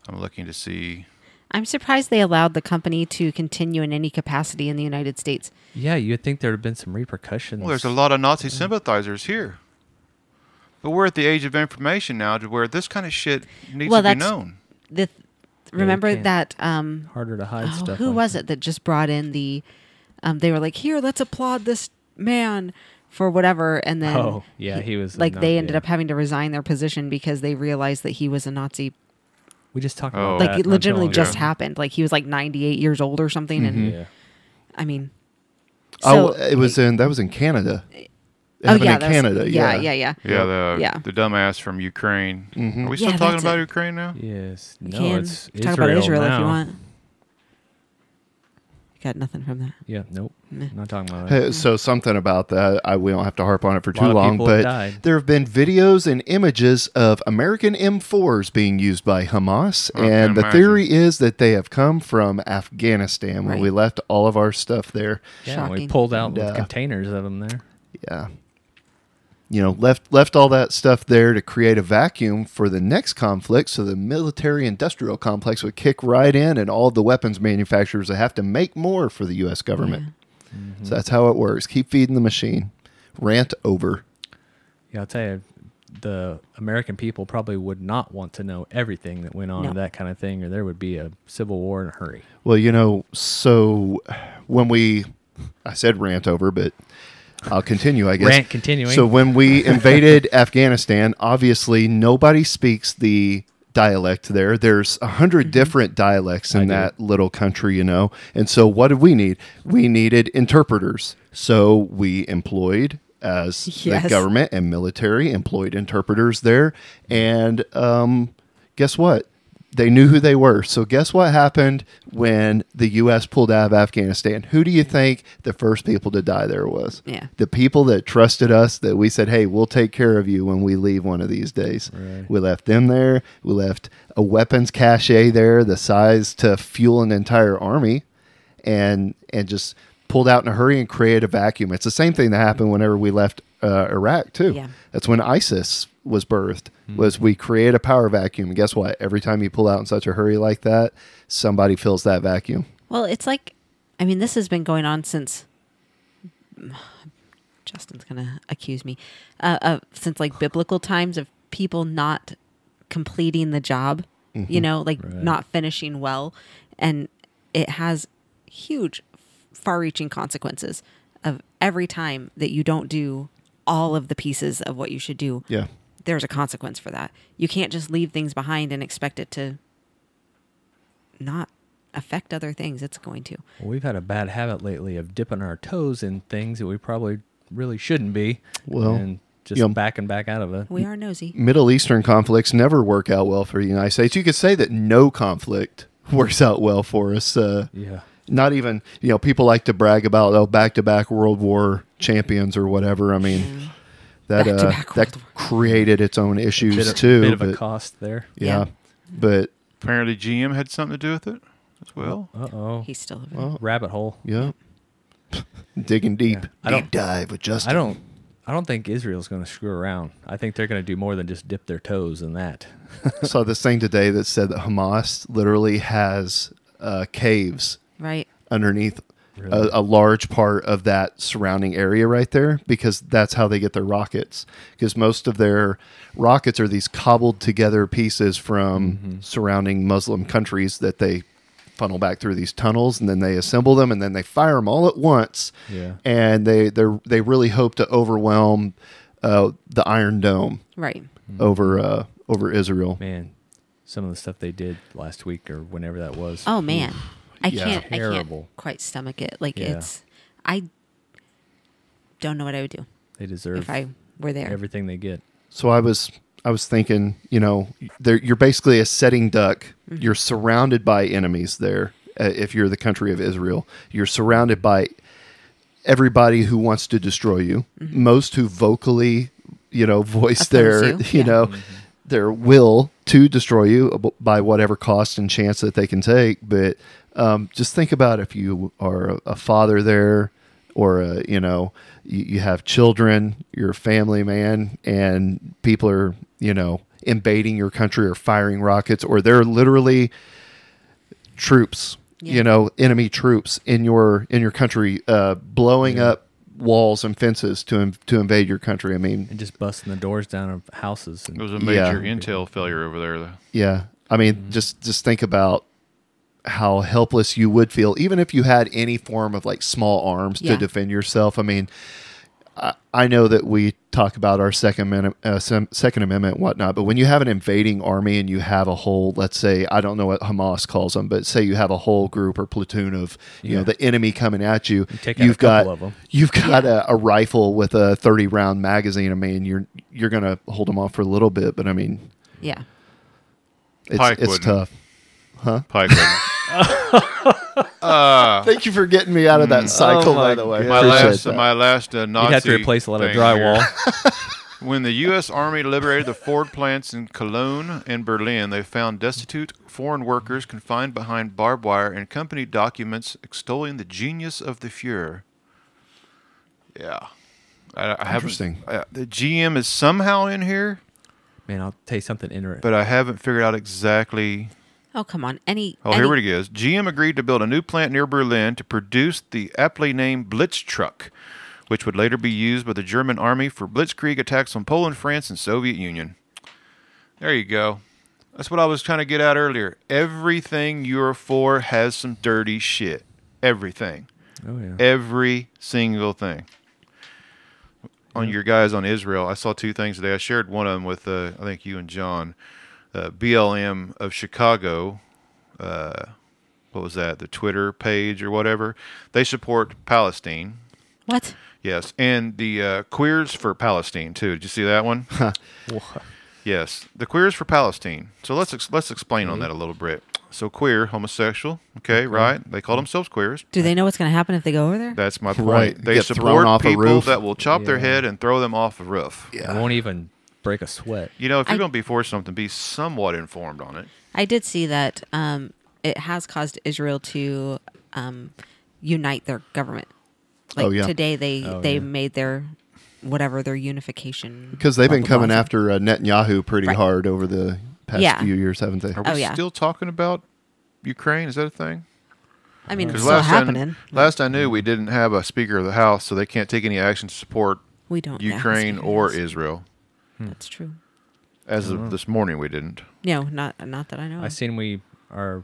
B: I'm looking to see.
D: I'm surprised they allowed the company to continue in any capacity in the United States.
C: yeah, yeah. You'd think there'd have been some repercussions.
B: Well, there's a lot of Nazi sympathizers here, but we're at the age of information now to where this kind of shit needs
D: Well,
B: to be
D: that's-
B: known.
D: The, remember
C: can't.
D: that um,
C: harder to hide
D: Oh,
C: stuff.
D: who
C: like
D: was
C: that.
D: it that just brought in the? Um, they were like, "Here, let's applaud this man for whatever," and then
C: Oh, yeah, he was a
D: like they
C: Nazi,
D: ended
C: yeah.
D: up having to resign their position because they realized that he was a Nazi.
C: We just talked
B: Oh.
C: about
D: Like
C: that
D: it
C: not too
D: legitimately
C: long
D: just
C: ago.
D: happened. Like he was like ninety eight years old or something, and
C: Yeah.
B: Mm-hmm.
D: I mean,
E: oh,
D: so-
E: it was in that was in Canada. It
D: oh
E: happened
D: yeah,
E: in
D: that was-
E: Canada.
D: yeah, yeah, yeah,
B: Yeah, the
D: Yeah.
B: the dumbass from Ukraine.
E: Mm-hmm.
B: Are we still
D: Yeah,
B: talking
D: that's
B: about
D: it.
B: Ukraine now?
C: Yes.
D: You
C: No,
D: can
C: it's
D: talk about Israel if
C: now.
D: you want. Got nothing from that.
C: Yeah. Nope. Not talking about that.
D: Mm-hmm.
E: Hey, So something about that, I we don't have to harp on it for
C: Lot
E: too
C: of
E: long,
C: people have
E: but
C: died.
E: there have been videos and images of American M4s being used by Hamas,
B: can
E: and the
B: imagine.
E: theory is that they have come from Afghanistan when
D: Right.
E: we left all of our stuff there.
C: Yeah, we
D: Shocking.
C: pulled out with
E: Duh.
C: containers of them there.
E: yeah you know left left all that stuff there to create a vacuum for the next conflict so the military industrial complex would kick right in and all the weapons manufacturers would have to make more for the US government so that's how it works keep feeding the machine rant over
C: Yeah, I'll tell you, the American people probably would not want to know everything that went on
D: No.
C: in that kind of thing, or there would be a civil war in a hurry.
E: well you know so when we I said rant over but I'll continue I guess
C: Rant continuing.
E: so when we invaded Afghanistan, obviously nobody speaks the dialect there. There's a 100 different dialects in
C: Mm-hmm. do.
E: that little country, you know. And so what did we need? We needed interpreters. So we employed as the
D: Yes.
E: government and military employed interpreters there. And um, guess what? They knew who they were. So guess what happened when the U.S. pulled out of Afghanistan? Who do you think the first people to die there was?
D: Yeah.
E: the people that trusted us that we said hey we'll take care of you when we leave one of these days we left them there we left a weapons cache there the size to fuel an entire army and and just pulled out in a hurry and created a vacuum it's the same thing that happened whenever we left uh, iraq too
D: Yeah.
E: that's when isis was birthed was we create a power vacuum and guess what every time you pull out in such a hurry like that somebody fills that vacuum
D: Well, it's like, I mean, this has been going on since. Justin's gonna accuse me. Uh, uh, since like biblical times of people not completing the job, you know, like not finishing well, and it has huge, far-reaching consequences of every time that you don't do all of the pieces of what you should do.
E: yeah
D: There's a consequence for that. You can't just leave things behind and expect it to not affect other things. It's going to.
C: Well, we've had a bad habit lately of dipping our toes in things that we probably really shouldn't be.
E: Well,
C: and just
E: yeah.
C: backing back out of it.
D: We are nosy.
E: Middle Eastern conflicts never work out well for the United States. You could say that no conflict works out well for us. Uh,
C: Yeah.
E: Not even, you know, people like to brag about oh back to back World War champions or whatever. I mean, that uh,
D: Back-to-back
E: that
D: World War.
E: created its own issues
C: Bit, of,
E: too.
C: bit of a
E: but-
C: cost there.
E: yeah,
D: Yeah.
E: but
B: Apparently, GM had something to do with it as well.
C: Uh oh.
D: He's still over.
E: well,
C: Rabbit hole.
E: yeah, Digging deep.
C: I don't-
E: deep dive with Justin.
C: I don't. I don't think Israel's going to screw around. I think they're going to do more than just dip their toes in that.
E: saw this thing today that said that Hamas literally has uh, caves
D: right?
E: underneath a, a large part of that surrounding area right there because that's how they get their rockets. Because most of their rockets are these cobbled together pieces from
C: Mm-hmm.
E: surrounding Muslim countries that they funnel back through these tunnels and then they assemble them and then they fire them all at once.
C: Yeah.
E: And they they they really hope to overwhelm uh, the Iron Dome
D: Right.
E: over uh, over Israel.
C: Man, some of the stuff they did last week or whenever that was.
D: Oh man, I
E: Yeah.
D: can't. I
C: Terrible.
D: can't quite stomach it. Like
C: Yeah.
D: it's, I don't know what I would do
C: they deserve
D: if I were there.
C: everything they get.
E: So I was I was thinking, you know, there, you're basically a setting duck. You're surrounded by enemies there. Uh, if you're the country of Israel, you're surrounded by everybody who wants to destroy you. Most who vocally, you know, voice
D: Oppose
E: their,
D: Mm-hmm. you,
E: you,
D: yeah. Mm-hmm.
E: know, their will to destroy you ab- by whatever cost and chance that they can take. But um, just think about if you are a- a father there, or uh, you know you, you have children you're a family man and people are you know invading your country or firing rockets or they're literally troops
D: Yeah.
E: you know enemy troops in your in your country uh, blowing up walls and fences to in, to invade your country i mean
C: And just busting the doors down of houses.
B: It
C: And,
B: was a
E: uh, Yeah.
B: major intel failure over there. Though.
E: yeah i mean
C: Mm-hmm.
E: just just think about how helpless you would feel even if you had any form of like small arms
D: Yeah.
E: to defend yourself i mean I know that we talk about our second amendment, uh, sem- second amendment, and whatnot, but when you have an invading army and you have a whole, let's say, I don't know what Hamas calls them, but say you have a whole group or platoon of, you know, the enemy coming at you,
C: take out a
E: you've got
C: couple of 'em.
E: you've got a, a rifle with a thirty round magazine. I mean, you're you're gonna hold them off for a little bit, but I mean,
D: yeah.
E: it's
B: Pike
E: it's
B: wouldn't.
E: tough.
B: Pike. wouldn't. uh,
E: Thank you for getting me out of
D: Hmm.
E: that cycle,
C: Oh my
E: by the way. I
B: my
E: appreciate
B: last,
E: that.
B: my last uh,
C: You'd
B: Nazi.
C: have to replace a lot of
B: thing here.
C: drywall.
B: When the U.S. Army liberated the Ford plants in Cologne and Berlin, they found destitute foreign workers confined behind barbed wire and company documents extolling the genius of the Fuhrer. Yeah. I, I haven't-
E: Interesting.
B: I- the GM is somehow in here,
C: man, I'll tell you something interesting.
B: but I haven't figured out exactly.
D: Oh come on. Any.
B: Oh,
D: any,
B: here it is. GM agreed to build a new plant near Berlin to produce the aptly named Blitz truck, which would later be used by the German army for blitzkrieg attacks on Poland, France, and Soviet Union. There you go. That's what I was trying to get at earlier. Everything you're for has some dirty shit. Everything.
C: oh yeah.
B: Every single thing. On your guys on Israel, I saw two things today. I shared one of them with uh, I think you and John, uh, BLM of Chicago. Uh, what was that? The Twitter page or whatever. They support Palestine.
D: What?
B: Yes, and the uh, Queers for Palestine too. Did you see that one? yes, the Queers for Palestine. So let's ex- let's explain
E: Mm-hmm.
B: on that a little bit. So queer, homosexual. Okay, right? They call themselves queers.
D: Do they know what's going to happen if they go over there?
B: That's my point.
E: Right.
B: They
E: Get
B: support
E: thrown off a
B: people
E: roof.
B: that will chop their
C: Yeah.
B: head and throw them off a roof.
C: I won't even break a sweat.
B: You know, if you're
D: I-
B: going to be for something, be somewhat informed on it.
D: I did see that. Um, it has caused Israel to um, unite their government. Like
E: Oh, yeah.
D: today, they
C: Oh,
D: they
C: yeah.
D: made their whatever their unification
E: because they've been
D: blah, blah,
E: coming
D: blah.
E: after uh, Netanyahu pretty
D: Right.
E: hard over the past
D: Yeah.
E: few years, haven't they?
B: Are we
D: Oh, yeah.
B: still talking about Ukraine? Is that a thing?
D: I mean, it's
B: 'Cause
D: still
B: last
D: happening.
B: I, last I knew, we didn't have a Speaker of the House, so they can't take any action to support
D: We don't have a
B: Ukraine
D: Speaker of the
B: or
D: House.
B: Israel.
D: That's true.
B: As of this morning, we didn't.
D: No, not not that I know.
C: I
D: of.
C: seen we are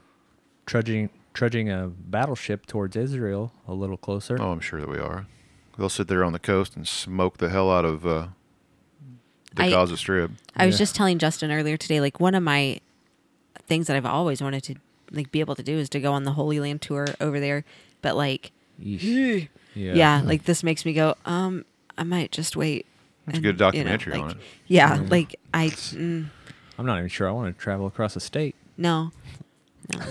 C: trudging trudging a battleship towards Israel a little closer.
B: Oh, I'm sure that we are. They'll sit there on the coast and smoke the hell out of uh, the
D: I-
B: Gaza Strip.
D: I was
C: Yeah.
D: just telling Justin earlier today, like one of my things that I've always wanted to like be able to do is to go on the Holy Land tour over there. But like,
C: Yeesh.
D: yeah, like this makes me go, um, I might just wait. It's
B: a good documentary on it.
D: Yeah,
C: Mm-hmm.
D: like I mm,
C: I'm not even sure I want to travel across a state.
D: no,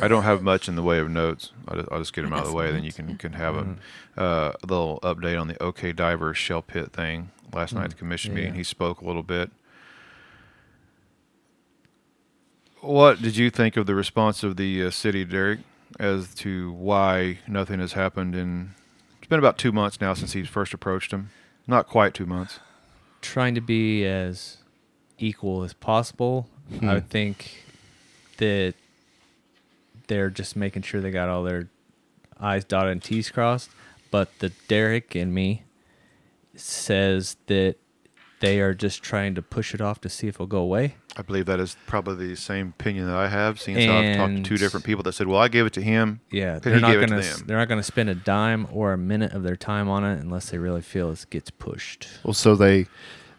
B: I don't have much in the way of notes. I'll just, I'll just get them out of the
D: That's
B: way, then
D: fine,
B: you can
D: yeah.
B: can have a
C: Mm-hmm.
B: uh, a little update on the OK Diver shell pit thing. Last night at the commission
C: Mm, Yeah,
B: meeting,
C: yeah.
B: he spoke a little bit. What did you think of the response of the uh, city, Derek, as to why nothing has happened in? It's been about two months now since he first approached him. Not quite two months.
C: trying to be as equal as possible. I would think that they're just making sure they got all their I's dotted and T's crossed. But the Derek in me says that they are just trying to push it off to see if it'll go away.
B: I believe that is probably the same opinion that I have, seeing as how I've talked to
C: And-
B: two different people that said, "Well, I gave it to him."
C: Yeah,
B: and
C: they're
B: he
C: not
B: gave it
C: gonna
B: to
C: s-
B: them.
C: they're not gonna spend a dime or a minute of their time on it unless they really feel it gets pushed.
E: Well, so they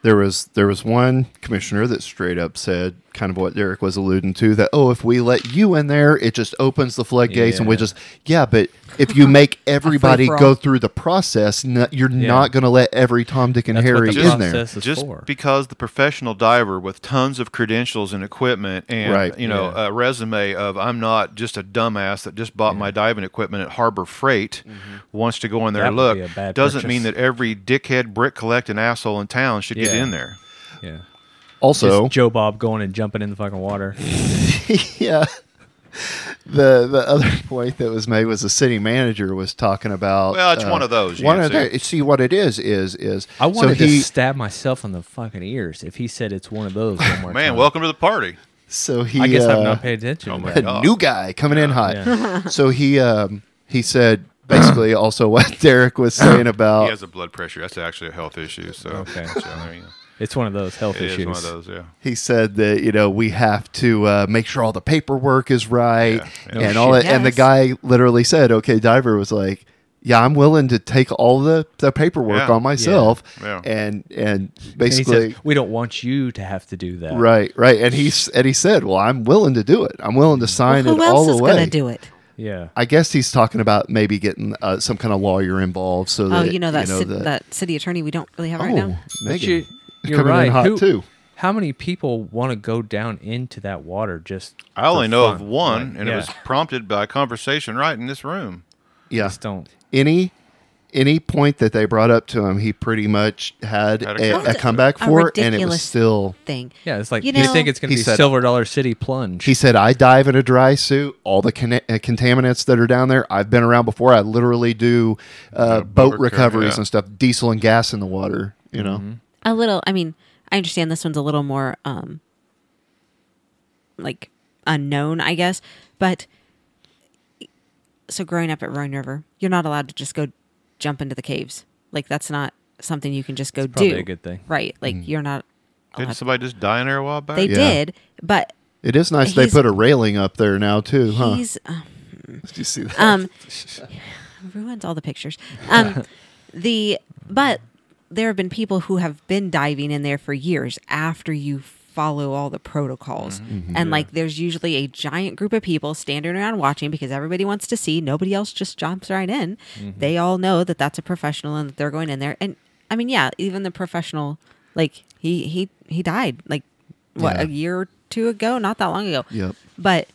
E: there was there was one commissioner that straight up said kind of what Derek was alluding to that oh if we let you in there it just opens the floodgates and we
C: Yeah.
E: just yeah but if you make everybody
D: free-for-all.
E: go through the process n- you're not going to let every Tom Dick and
C: That's what
E: Harry
C: the
E: in there
C: process is
B: just
C: for.
B: because the professional diver with tons of credentials and equipment and
E: Right.
B: you know a resume of I'm not just a dumbass that just bought my diving equipment at Harbor Freight wants to go in there
C: Mm-hmm. That
B: and
C: would
B: look
C: be a bad
B: doesn't mean
C: purchase.
B: that every dickhead brick collecting asshole in town should get
C: Yeah.
B: in there.
C: Yeah.
E: also
C: Just Joe Bob going and jumping in the fucking water.
E: yeah. The the other point that was made was the city manager was talking about. uh,
B: Well, it's one of those,
E: One of
B: Yancy.
E: the, see what it is is is.
C: I wanted
E: so he,
C: to stab myself in the fucking ears if he said it's one of those. One more
B: Man,
C: time.
B: welcome to the party.
E: So he.
C: I guess
E: uh,
C: I've not paid attention.
B: oh
C: to
B: my
C: that.
B: God.
E: a new guy coming in hot. so he um, he said basically also what Derek was saying
B: He
E: about
B: has a blood pressure. That's actually a health issue. So,
C: Uh, Okay.
B: so, I mean,
C: It's one of those health
B: it is
C: issues.
B: one of those. Yeah.
E: he said that you know we have to uh, make sure all the paperwork is right
B: Yeah,
E: and all that. And the
D: Yes.
E: guy literally said, "Okay, diver was like." Yeah, I'm willing to take all the, the paperwork
B: Yeah.
E: on myself,
B: Yeah.
E: and and
C: And he
E: basically,
C: says, we don't want you to have to do that.
E: right, right. And he's and he said, "Well, I'm willing to do it. I'm willing to sign
D: Who
E: it
D: else
E: all the
D: is
E: way."
D: gonna do it?
C: Yeah.
E: I guess he's talking about maybe getting uh, some kind of lawyer involved, so
D: Oh,
E: that
D: you know that ci-
E: the-
D: that city attorney we don't really have right
E: Oh,
D: now.
C: But
E: Megan,
C: you,
E: you're
C: you're
E: coming
C: right.
E: in hot
C: Who-
E: too.
C: How many people want to go down into that water just.
B: I only
C: for
B: know
C: fun?
B: of one,
C: Like,
B: and
C: yeah,
B: it was prompted by a conversation right in this room.
E: Yeah.
C: Just don't.
E: Any any point that they brought up to him, he pretty much had
B: Had a
E: a, a
B: comeback.
E: comeback
D: A
E: for, and it was
D: ridiculous-
E: still.
D: Thing.
C: Yeah, it's like
D: You
C: you,
D: know-
C: think it's going
E: He
C: to be
E: said-
C: Silver Dollar City plunge.
E: He said, "I dive in a dry suit. All the conne- uh, contaminants that are down there, I've been around before. I literally do uh, boat
B: recovery,
E: recoveries
B: yeah.
E: and stuff, diesel and gas in the water. You know,
D: a little i mean i understand this one's a little more um like unknown i guess but so growing up at rhone river you're not allowed to just go jump into the caves like that's not something you can just go
C: probably
D: do
C: a good thing.
D: right like
E: Mm.
D: you're not
B: Didn't
D: allowed.
B: somebody just die in there a while back?
D: they
E: Yeah.
D: did but
E: it is nice they
D: He's-
E: put a railing up there now too, huh?
D: he's um,
E: Did you see that?
D: um ruins all the pictures um the but there have been people who have been diving in there for years after you follow all the protocols
E: Mm-hmm.
D: and like there's usually a giant group of people standing around watching because everybody wants to see nobody else just jumps right in
E: Mm-hmm.
D: they all know that that's a professional and that they're going in there and i mean yeah even the professional like he he he died like what
E: Yeah.
D: a year or two ago not that long ago
E: Yep.
D: but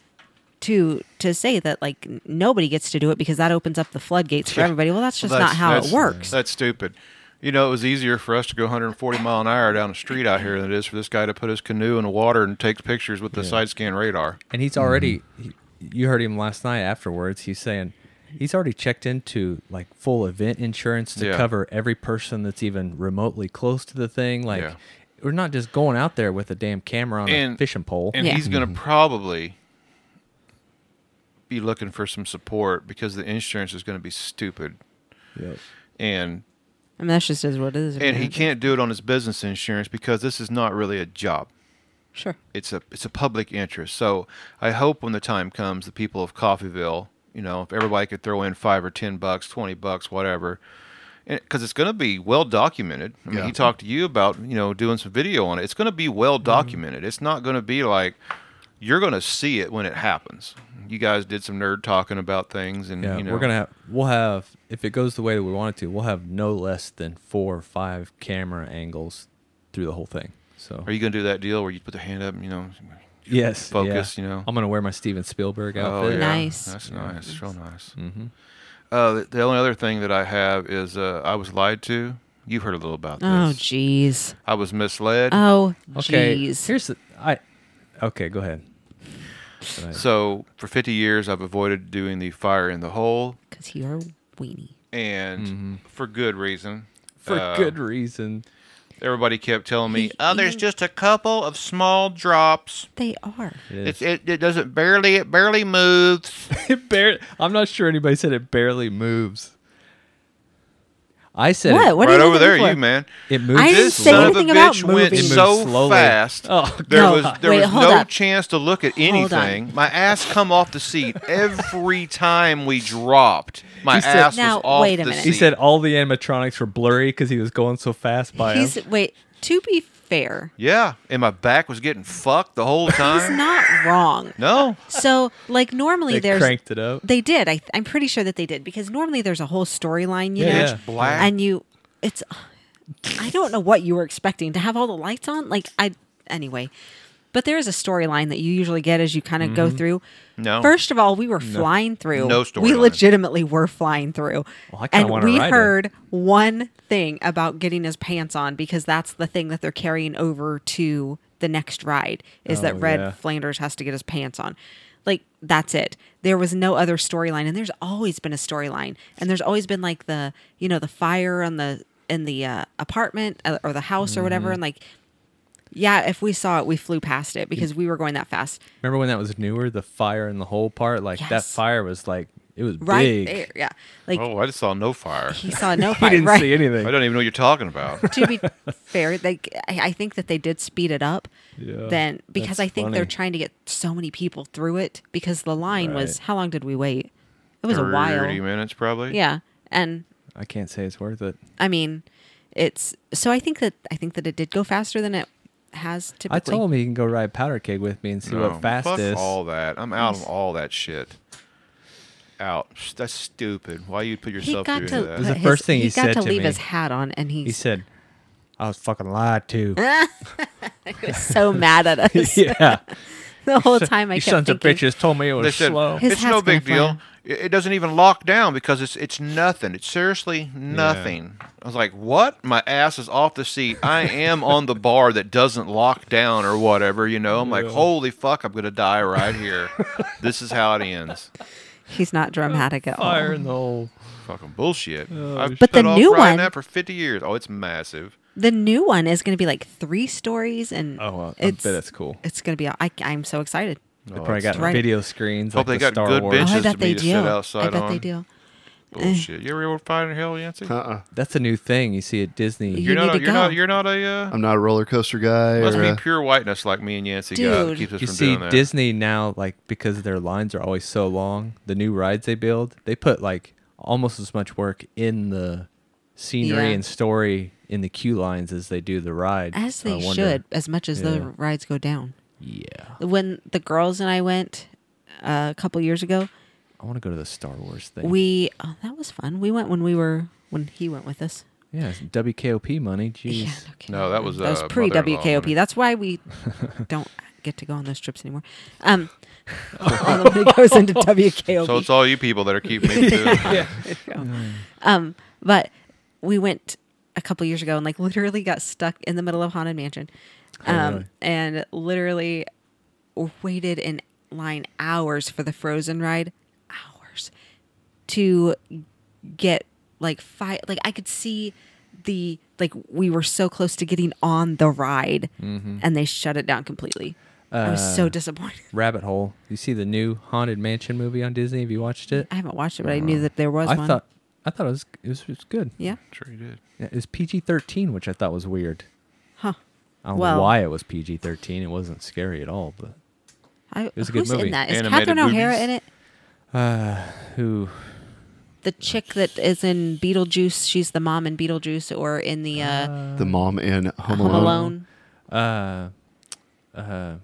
D: to to say that like n- nobody gets to do it because that opens up the floodgates for everybody. Well, that's just
B: Well,
D: not
B: that's-
D: how it
B: that's-
D: works.
B: That's stupid. You know, it was easier for us to go 140 mile an hour down the street out here than it is for this guy to put his canoe in the water and take pictures with the side scan radar.
C: And he's already,
B: Mm-hmm.
C: he, you heard him last night afterwards. He's saying he's already checked into like full event insurance to
B: Yeah.
C: cover every person that's even remotely close to the thing. Like,
B: Yeah.
C: we're not just going out there with a damn camera on a
B: And-
C: fishing pole.
B: And
D: Yeah.
B: he's going to probably be looking for some support because the insurance is going to be stupid. And
D: I mean, that's just is what it is.
B: and he can't do it on his business insurance because this is not really a job.
D: Sure.
B: it's a it's a public interest. So I hope when the time comes, the people of Coffeeville, you know, if everybody could throw in five or ten bucks, twenty bucks, whatever, because it's going to be well documented. I mean,
E: Yeah.
B: he talked to you about you know doing some video on it. It's going to be well
C: Mm-hmm.
B: documented. It's not going to be like you're going to see it when it happens. You guys did some nerd talking about things, and
C: Yeah,
B: you know,
C: we're gonna have we'll have if it goes the way that we want it to, we'll have no less than four or five camera angles through the whole thing. So
B: Are you going to do that deal where you put the hand up? and, You know,
C: yes, yeah.
B: focus, you know?
C: I'm gonna wear my Steven Spielberg
B: Oh,
C: outfit.
B: yeah.
D: Nice.
B: That's nice. Real nice. Mm-hmm. Uh, the, the only other thing that I have is uh, I was lied to. You've heard a little about this.
D: Oh jeez.
B: I was misled.
D: Oh
C: Okay,
D: jeez.
C: here's the I. Okay, go ahead.
B: So for 50 years, I've avoided doing the fire in the hole.
D: Because you're a weenie.
B: and for good reason.
C: for
B: Uh,
C: good reason.
B: Everybody kept telling me, "Oh, there's just a couple of small drops.
D: They are.
B: It's it, it doesn't barely it barely moves."
C: It barely, I'm not sure anybody said it barely moves. I said
D: What?
C: It,
D: What are
B: right
D: you
B: over there,
D: looking for?
B: you man.
C: it moves.
D: I didn't
B: This
D: Didn't say
B: son of a
D: anything about
B: bitch went
D: moving.
B: so
C: Slowly.
B: fast.
C: Oh,
B: there
D: God.
B: was there
D: Wait,
B: was
D: hold
B: no
D: up.
B: chance to look at
D: Hold on.
B: anything. My ass come off the seat every time we dropped. My
C: He said-
B: ass
D: Now,
B: was off
D: wait a
B: the
D: minute.
B: seat.
C: He said all the animatronics were blurry because he was going so fast by him.
D: He's wait. To be fair,
B: "Yeah," and my back was getting fucked the whole
D: he's
B: time.
D: not wrong.
B: no,
D: So, like normally
C: They
D: there's
C: cranked it up.
D: They did. I, I'm pretty sure that they did because normally there's a whole storyline, you
C: Yeah,
D: know,
C: yeah. Pitch
B: black.
D: and you, it's, I don't know what you were expecting to have all the lights on. Like I, anyway, but there is a storyline that you usually get as you kind of
C: Mm-hmm.
D: go through.
B: No.
D: First of all, we were flying through.
B: No
D: We
B: storyline.
D: legitimately were flying through,
C: Well, I kinda
D: and
C: wanna
D: we
C: ride it.
D: heard one thing about getting his pants on because that's the thing that they're carrying over to the next ride is
C: Oh,
D: that Red
C: yeah.
D: Flanders has to get his pants on. Like that's it. There was no other storyline, and there's always been a storyline, and there's always been like the you know the fire on the in the uh, apartment uh, or the house or
C: Mm-hmm.
D: whatever, and like yeah, if we saw it, we flew past it because we were going that fast.
C: Remember when that was newer, the fire in the hole part? Like that
D: Yes.
C: fire was like it was
D: Right
C: big.
D: there, yeah. Like
B: oh, I just saw no fire.
D: he saw no
C: He
D: fire.
C: didn't
D: right?
C: see
B: I
C: anything.
B: don't even know what you're talking about.
D: to be fair, like I I think that they did speed it up.
C: Yeah,
D: then because
C: that's
D: I think they're
C: funny.
D: trying to get so many people through it because the line was
C: Right.
D: how long did we wait? It was a
B: Thirty
D: while.
B: minutes probably.
D: Yeah, and
C: I can't say it's worth it.
D: I mean, it's so I think that I think that it did go faster than it has typically.
C: I told him he can go ride powder keg with me and see
B: No,
C: what fast
B: Oh, fuck
C: is.
B: all that. I'm out of all that shit. Out. That's stupid. Why you put
D: he
B: yourself
D: got
B: through
D: to.
B: that?
C: was the
D: put
C: first thing
D: he
C: he
D: got
C: said
D: to
C: to
D: leave
C: me.
D: his hat on, and he
C: He said, "I was fucking lied
D: Uh,
C: to."
D: was so mad at us
C: yeah,
D: the whole time. I
C: you
D: kept
C: sons of
D: thinking,
C: bitches told me it was
B: Listen,
C: slow.
D: His
B: it's no
D: hat's gonna
B: big deal.
D: fly.
B: It it doesn't even lock down because it's it's nothing. It's seriously nothing. I was like, "What? My ass is off the seat. I am on the bar that doesn't lock down or whatever." You know, I'm like, "Holy fuck! I'm gonna die right here. this is how it ends."
D: He's not dramatic at all.
C: Oh, Fire in the hole.
B: Fucking bullshit.
C: Oh,
B: I've
D: But the
B: put off
D: new
B: riding
D: one-
B: that for 50 years. Oh, it's massive.
D: The new one is going to be like three stories, and
C: Oh, well, I
D: it's
C: bet it's cool.
D: it's going to be. I, I'm so excited.
C: They probably got
D: right.
C: video screens.
B: Hope
C: like
B: they
C: the
B: got
C: Star
B: good
C: Wars.
D: Oh, I
B: benches. It's just
D: bet
B: for
D: they
B: me to sit
D: do.
B: outside
D: I bet they
B: on.
D: do. Eh.
B: Bullshit. You ever roll find hell, Yancey?
E: Uh-uh.
C: That's a new thing you see at Disney.
D: You
B: You're not.
D: need
B: A,
D: to
B: you're not.
D: go.
B: You're not a. Uh,
E: I'm not a roller coaster guy.
B: must
E: or uh,
B: be
E: a-
B: pure whiteness like me and Yancey got that
D: Dude.
B: keeps us
C: You
B: from
C: see
B: doing that.
C: Disney now, like because their lines are always so long. The new rides they build, they put like almost as much work in the scenery
D: Yeah.
C: and story in the queue lines as they do the ride.
D: As
C: I
D: they
C: wonder-
D: should, as much as the
C: Yeah.
D: rides go down.
C: Yeah,
D: When the girls and I went uh, a couple years ago,
C: I want to go to the Star Wars thing.
D: we oh, that was fun. We went when we were when he went with us.
C: yeah, it's WKOP money. Jeez.
D: Yeah, kidding.
B: No, that was,
D: that was
B: uh,
D: pre
B: mother-in-law money.
D: WKOP. That's why we don't get to go on those trips anymore. Um, all of it goes into WKOP.
B: So it's all you people that are keeping me. from doing it.
D: But we went a couple years ago and like literally got stuck in the middle of Haunted Mansion. Um,
C: Oh, really?
D: And literally waited in line hours for the Frozen ride, hours to get like five. Like I could see the like we were so close to getting on the ride,
C: Mm-hmm.
D: and they shut it down completely. I was
C: Uh.
D: so disappointed.
C: Rabbit Hole. You see the new Haunted Mansion movie on Disney? Have you watched it?
D: I haven't watched it, but I knew that there was
C: Oh. I
D: one.
C: thought I thought it was it was, it was good.
D: yeah.
B: Sure you did.
C: Yeah, It was PG thirteen, which I thought was weird.
D: Huh.
C: I don't
D: Well-
C: know why it was PG thirteen. It wasn't scary at all. But
D: I,
C: was a good
D: who's
C: movie.
D: in that? Is
B: Animated
D: Catherine O'Hara
B: boobies.
D: in it?
C: who?
D: the chick that is in Beetlejuice, she's the mom in Beetlejuice or in the uh,
E: the mom in Home
D: Home
E: Alone.
D: Alone.
C: Oh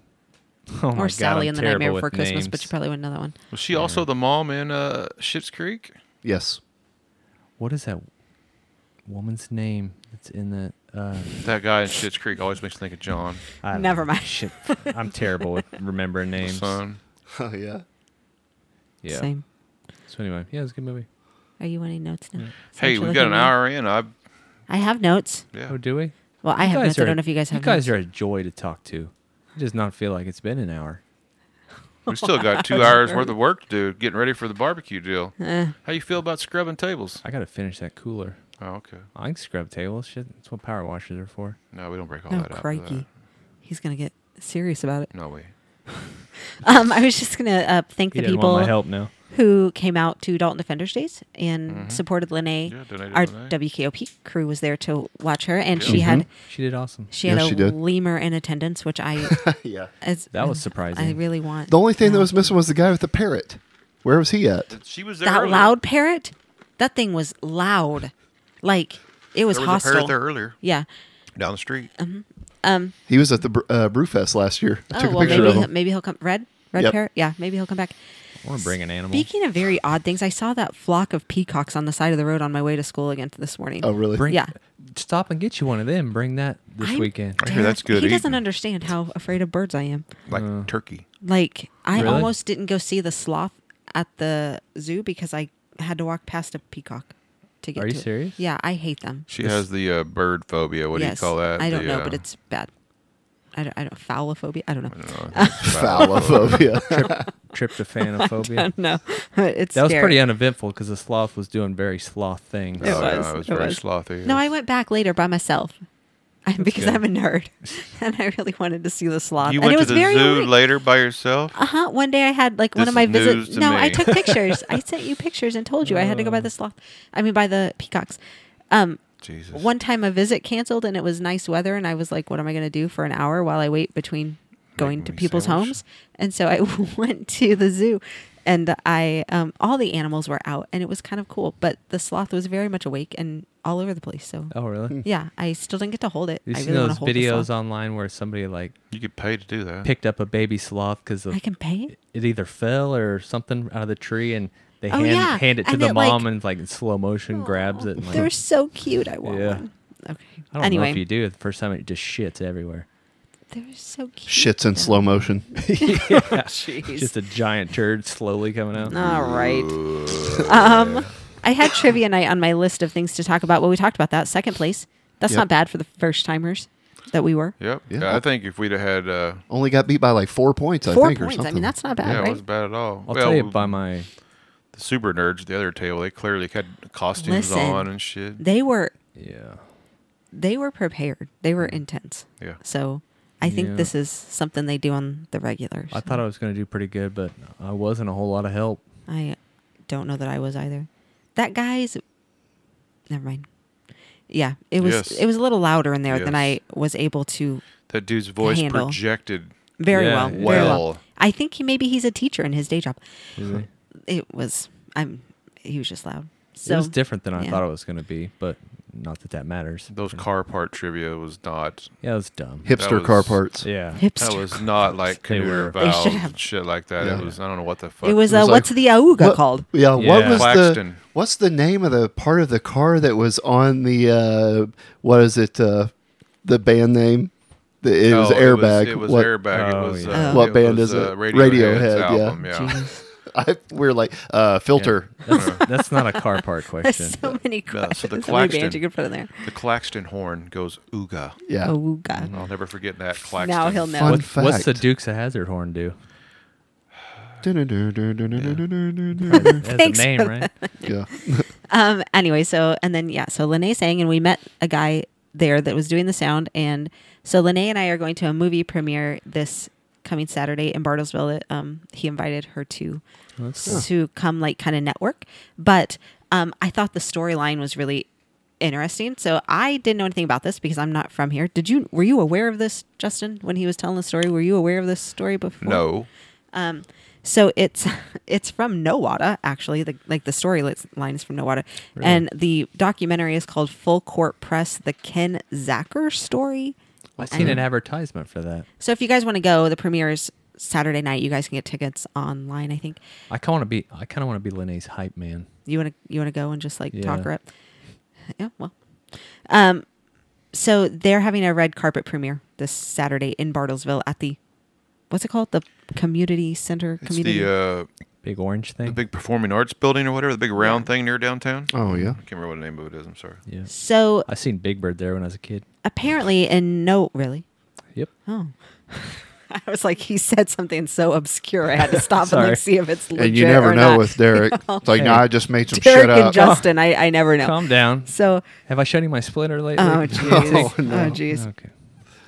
D: Or Sally in The Nightmare Before Christmas, but you probably wouldn't know that one.
B: Was she also the mom in uh, Shit's Creek?
E: Yes.
C: what is that woman's name that's in that? Uh,
B: That guy in Shit's Creek always makes me think of John.
C: I don't
D: Never
C: know.
D: mind.
C: Shit, I'm terrible with remembering names.
B: Son.
E: Oh yeah.
C: Yeah.
D: Same.
C: So anyway, yeah, it was a good movie.
D: Are you wanting notes now?
B: Hey,
D: Since you're
B: we've got
D: looking
B: an
D: at me.
B: hour in. I
D: I have notes.
B: yeah.
C: Oh, do we?
D: Well, I
C: You
D: have
C: guys
D: notes. I
C: are-
D: don't know if you guys have
C: You guys
D: notes.
C: are a joy to talk to. It does not feel like it's been an hour.
B: We still got two hours worth of work to do, getting ready for the barbecue deal.
D: Eh.
B: How you feel about scrubbing tables?
C: I gotta finish that cooler.
B: Oh, okay.
C: I can scrub tables. Shit, that's what power washers are for.
B: No, we don't break all
D: Oh,
B: that up. for that.
D: crikey. He's going to get serious about it.
B: No way.
D: Um, I was just going to uh, thank
C: Mm. He
D: the
C: doesn't
D: people
C: want my help now.
D: who came out to Dalton Defenders Days and
C: Mm-hmm.
D: supported Lene.
B: Yeah, donated
D: Our
B: Lene.
D: WKOP crew was there to watch her, and she had
C: She did awesome.
D: she
E: Yeah,
D: had
E: she
D: a
E: did.
D: lemur in attendance, which I
E: yeah.
D: as,
C: That was
D: I
C: surprising.
D: really want.
E: The only thing that was missing was the guy with the parrot. Where was he at?
B: She was there.
D: that
B: earlier.
D: loud parrot. That thing was loud, like it was,
B: There was a
D: hostile.
B: parrot there earlier
D: Yeah.
B: down the street.
D: Uh-huh.
E: He was at the Br- uh, Brewfest last year. I took
D: Oh
E: a
D: well,
E: picture
D: maybe
E: of
D: he'll,
E: him.
D: maybe he'll come. Red, red
E: Yep.
D: parrot. Yeah, maybe he'll come back.
C: I want to bring an animal.
D: Speaking of very odd things, I saw that flock of peacocks on the side of the road on my way to school again this morning.
E: Oh, really?
C: bring,
D: yeah.
C: Stop and get you one of them. Bring that this
D: I'm
C: weekend.
B: I hear that's good
D: He doesn't
B: eating.
D: understand how afraid of birds I am.
B: Like turkey.
D: Like I
C: Really?
D: almost didn't go see the sloth at the zoo because I had to walk past a peacock to get.
C: Are you
D: to it.
C: serious?
D: Yeah, I hate them.
B: She has the uh, bird phobia. What
D: yes.
B: do you call that?
D: I don't
B: The,
D: know,
B: uh,
D: but it's bad. I don't. I don't phobia. I don't know.
B: I don't know, I think it's
E: Fowlophobia.
C: Tryptopanophobia.
D: no, it's
C: That was
D: scary.
C: pretty uneventful because the sloth was doing very sloth things.
D: It
B: Oh, yeah,
D: was,
B: it was
D: it
B: very
D: was.
B: slothy.
D: No, I went back later by myself I- because
C: good.
D: I'm a nerd and I really wanted to see the sloth.
B: You
D: and
B: went
D: it
B: to
D: was
B: the
D: very
B: zoo later by yourself.
D: Uh huh. One day I had like one
B: This
D: of my
B: is news
D: visits.
B: to
D: No, I
B: me.
D: took pictures. I sent you pictures and told you I had to go by the sloth. I mean, by the peacocks. Um,
B: Jesus.
D: one time a visit canceled and it was nice weather and i was like what am i going to do for an hour while i wait between going to
B: me
D: people's
B: sandwich.
D: homes and so i went to the zoo and i um, all the animals were out and it was kind of cool but the sloth was very much awake and all over the place so
C: Oh, really?
D: yeah i still didn't get to hold it
C: You
D: Hmm. i
C: seen
D: really want
C: those
D: to hold the
C: videos
D: sloth.
C: online where somebody like
B: You could pay to do that.
C: picked up a baby sloth because
D: i can pay it
C: it either fell or something out of the tree and they
D: Oh,
C: hand,
D: yeah.
C: hand it to
D: And
C: the
D: it, like-
C: mom and like in slow motion grabs it. And, like,
D: they're so cute i want
C: Yeah.
D: one okay
C: I don't
D: anyway
C: know if you do. The first time it just shits everywhere.
D: they're so cute
E: Shits in slow motion.
C: Just a giant turd slowly coming out.
D: All right. Um, I had trivia night on my list of things to talk about. Well, we talked about that. Second place. That's
E: Yep.
D: not bad for the first timers that we were.
B: Yep.
E: Yeah.
B: I think if we'd have had, uh,
E: Only got beat by like four points, I
D: Four
E: think, or
D: points. I
E: something.
D: mean, that's not bad,
B: yeah, it
D: right?
B: was bad at all.
C: I'll
B: well,
C: tell you by my
B: the super nerds, at the other table, they clearly had costumes
D: Listen.
B: on and shit.
D: They were
C: yeah.
D: they were prepared. They were intense.
B: Yeah.
D: So I think
C: Yeah.
D: this is something they do on the regulars.
C: I thought I was going to do pretty good, but I wasn't a whole lot of help.
D: I don't know that I was either. That guy's never mind. Yeah, it was
B: Yes.
D: it was a little louder in there than I
B: Yes.
D: was able to
B: That dude's voice
D: Handle.
B: projected.
D: very
C: Yeah,
D: well.
C: yeah.
D: Very well.
B: Well.
D: I think he maybe he's a teacher in his day job.
C: It
D: it was I'm he was just loud. So
C: was different than I
D: yeah.
C: thought it was going to be, but not that that matters.
B: Those car part trivia was not.
C: Yeah, it was dumb.
E: Hipster
B: That
E: car
B: was-
E: parts.
C: Yeah.
D: Hipster.
B: That was not like
C: They
B: canoe
C: were-
B: or
C: They
D: should
B: valves
D: have-
B: and shit like that.
E: Yeah.
B: It was I don't know what the fuck.
D: it was,
E: It
D: uh,
E: was
D: what's
E: like-
D: the auga
E: What-
D: called?
E: Yeah, What
C: Yeah.
E: was the
B: Claxton.
E: What's the name of the part of the car that was on the uh, what is it? Uh, the band name. The, it was
B: No,
E: airbag.
B: It was,
E: what,
B: airbag.
C: Oh,
B: it was,
C: yeah.
B: uh,
E: What
B: it
E: band
B: was,
E: is it?
B: uh, Radiohead's
E: Radiohead, yeah.
B: album, yeah.
E: I, we're like uh, filter.
C: That's, that's not a car part question.
D: There's so many questions.
B: so the
D: so many bands
B: Claxton.
D: you could put in there.
B: The Claxton horn goes ooga.
E: Yeah.
D: Auga.
B: I'll never forget that Claxton.
D: Uh, Now he'll know.
E: Fun
C: What-
E: fact.
C: what's the Dukes of Hazard horn do?
E: Yeah.
C: It has
D: Thanks
C: a name,
D: for
C: right?
D: Um anyway, so and then yeah, so Lene sang and we met a guy there that was doing the sound and so Lene and I are going to a movie premiere this coming Saturday in Bartlesville. Um he invited her to to come like kind of network. But um, I thought the storyline was really interesting. So I didn't know anything about this because I'm not from here. Did you? Were you aware of this, Justin, when he was telling the story? Were you aware of this story before?
B: No.
D: So it's it's from Nowata actually. The like the story li- line is from Nowata, and the documentary is called Full Court Press: The Ken Zacker Story.
C: I seen an advertisement for that.
D: So if you guys want to go, the premiere is Saturday night. You guys can get tickets online. I think
C: I kind of want to be. I kind of want to be Linnaeus hype man.
D: you want to you want to go and just like talk
C: Yeah.
D: her up yeah well um so they're having a red carpet premiere this saturday in bartlesville at the what's it called the community center
B: It's
D: community
B: the uh,
C: Big orange thing.
B: the big performing arts building or whatever, the big round thing near downtown.
E: Oh yeah.
B: I can't remember what the name of it is. I'm sorry.
C: yeah.
D: so
C: I seen Big Bird there when I was a kid.
D: apparently in no really
C: Yep.
D: oh I was like, he said something so obscure. I had to stop and
C: Sorry.
D: like see if it's legit
E: and you never
D: or
E: know
D: not.
E: with Derek. It's like, no, I just made some
D: Derek
E: shit
D: and
E: up.
D: Justin. I, I never know.
C: Calm down.
D: So,
C: Have I shown you my splitter lately?
D: oh jeez,
E: Oh, no.
D: oh jeez.
C: Okay.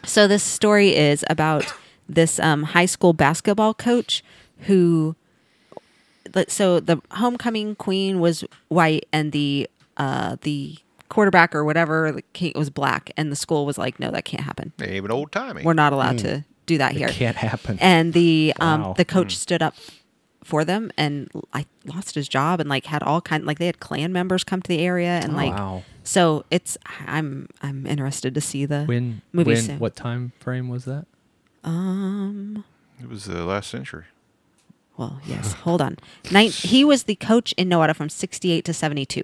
D: So this story is about this um, high school basketball coach who, but- so the homecoming queen was white and the uh, the quarterback or whatever the king was black, and the school was like, no, that can't happen.
B: Even old timey.
D: We're not allowed to do that here.
C: Hmm. Can't happen.
D: And the
C: Wow. Hmm.
D: um, the coach stood up for them, and I lost his job, and like had all kind like they had Klan members come to the area, and
C: Oh,
D: like
C: wow.
D: so it's I'm I'm interested to see the
C: When?
D: movie
C: when?
D: soon.
C: What time frame was that?
D: Um.
B: It was the last century.
D: Well, yes. Hold on. Nine, he was the coach in Noada from 68 to 72.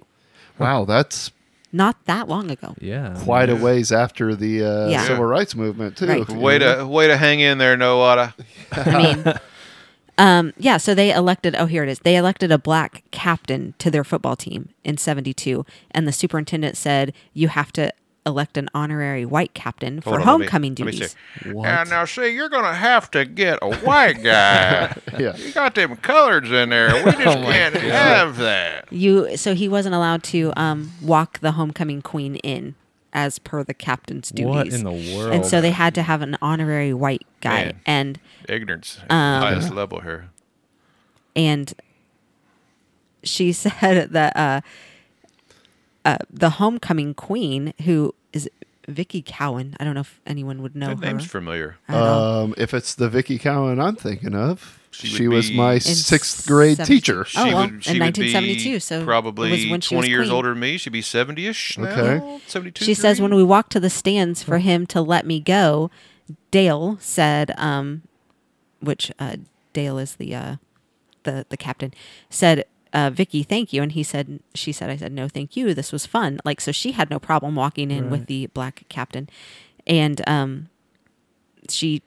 E: Wow, that's
D: Not that long ago.
C: Yeah.
E: quite a ways after the uh,
D: Yeah.
E: civil rights movement too.
D: Right.
B: Way to way to hang in there, Noada.
D: I mean, um, yeah. So they elected. Oh, here it is. They elected a black captain to their football team in '72, and the superintendent said you have to elect an honorary white captain for
B: Hold on, let me-
D: homecoming
B: let me
D: duties.
B: see.
C: What?
B: And now see, you're gonna have to get a white guy.
E: Yeah.
B: You got them colors in there. We just
D: Oh
B: can't have that.
D: You. So he wasn't allowed to um, walk the homecoming queen in, as per the captain's duties.
C: What in the world?
D: And so they had to have an honorary white guy,
B: Man.
D: and
B: Ignorance at
D: Um,
B: the highest level here.
D: and she said that uh, uh, the homecoming queen, who is Vicky Cowan, I don't know if anyone would know
B: That
D: Oh, her. Oh,
B: name's familiar.
D: I don't know.
E: Um, if it's the Vicky Cowan I'm thinking of, she,
B: She would
E: was
B: be-
E: my
B: In
E: sixth grade
D: seven-
E: teacher.
D: Oh, well, in
B: would, she would be
D: 1972, so it was
B: probably
D: when she was
B: 20 years
D: queen.
B: older than me. She'd be 70 ish.
E: Okay.
B: Now, 72.
D: she says when we walked to the stands for him to let me go, Dale said, um, which uh, Dale is the uh, the the captain said. Uh, Vicky, thank you. And he said, she said, I said, no, thank you. This was fun. Like, so she had no problem walking in with the black captain. And um, she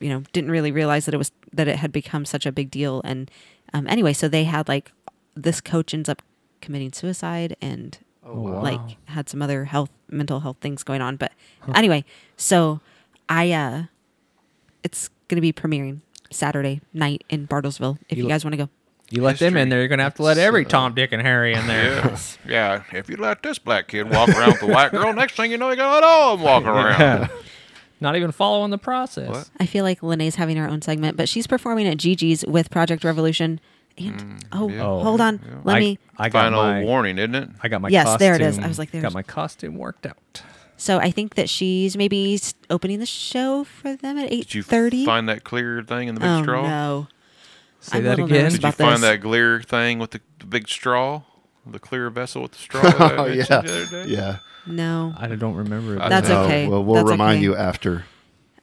D: you know didn't really realize that it was that it had become such a big deal and um, anyway so they had like this coach ends up committing suicide and like had some other health mental health things going on but anyway so i uh it's gonna be premiering saturday night in bartlesville if you,
C: You-
D: guys want to go
C: you let them in
B: history.
C: there. You're gonna have to let every Tom, Dick, and Harry in there.
B: Yeah. yeah. If you let this black kid walk around with a white girl, next thing you know, you got all of them walking around.
C: Not even following the process.
B: What?
D: i feel like Lene's having her own segment but she's performing at gigi's with project revolution and
B: Mm,
D: oh
C: Oh,
D: hold on let
C: I,
D: me
C: I got
B: Final
C: my.
B: warning, isn't it?
C: I got my.
D: Yes,
C: Costume,
D: there it is. I was like,
C: got
D: there's-
C: my costume worked out.
D: so i think that she's maybe s- opening the show for them at
B: Did you
D: 8.30
B: find that clear thing in the big
D: oh
B: straw?
D: no
C: Say
D: I'm a
C: that
D: little
C: again.
D: nervous
B: Did you
D: about
B: find
D: this.
B: that clear thing with the, the big straw? The clear vessel with the straw? that I
E: Oh
B: mentioned
E: yeah,
B: the other day?
E: yeah.
D: No.
C: I don't remember. it,
B: I
C: but
D: That's
B: know.
E: Oh,
D: okay.
E: well, we'll
D: That's
E: remind
D: okay.
E: you after.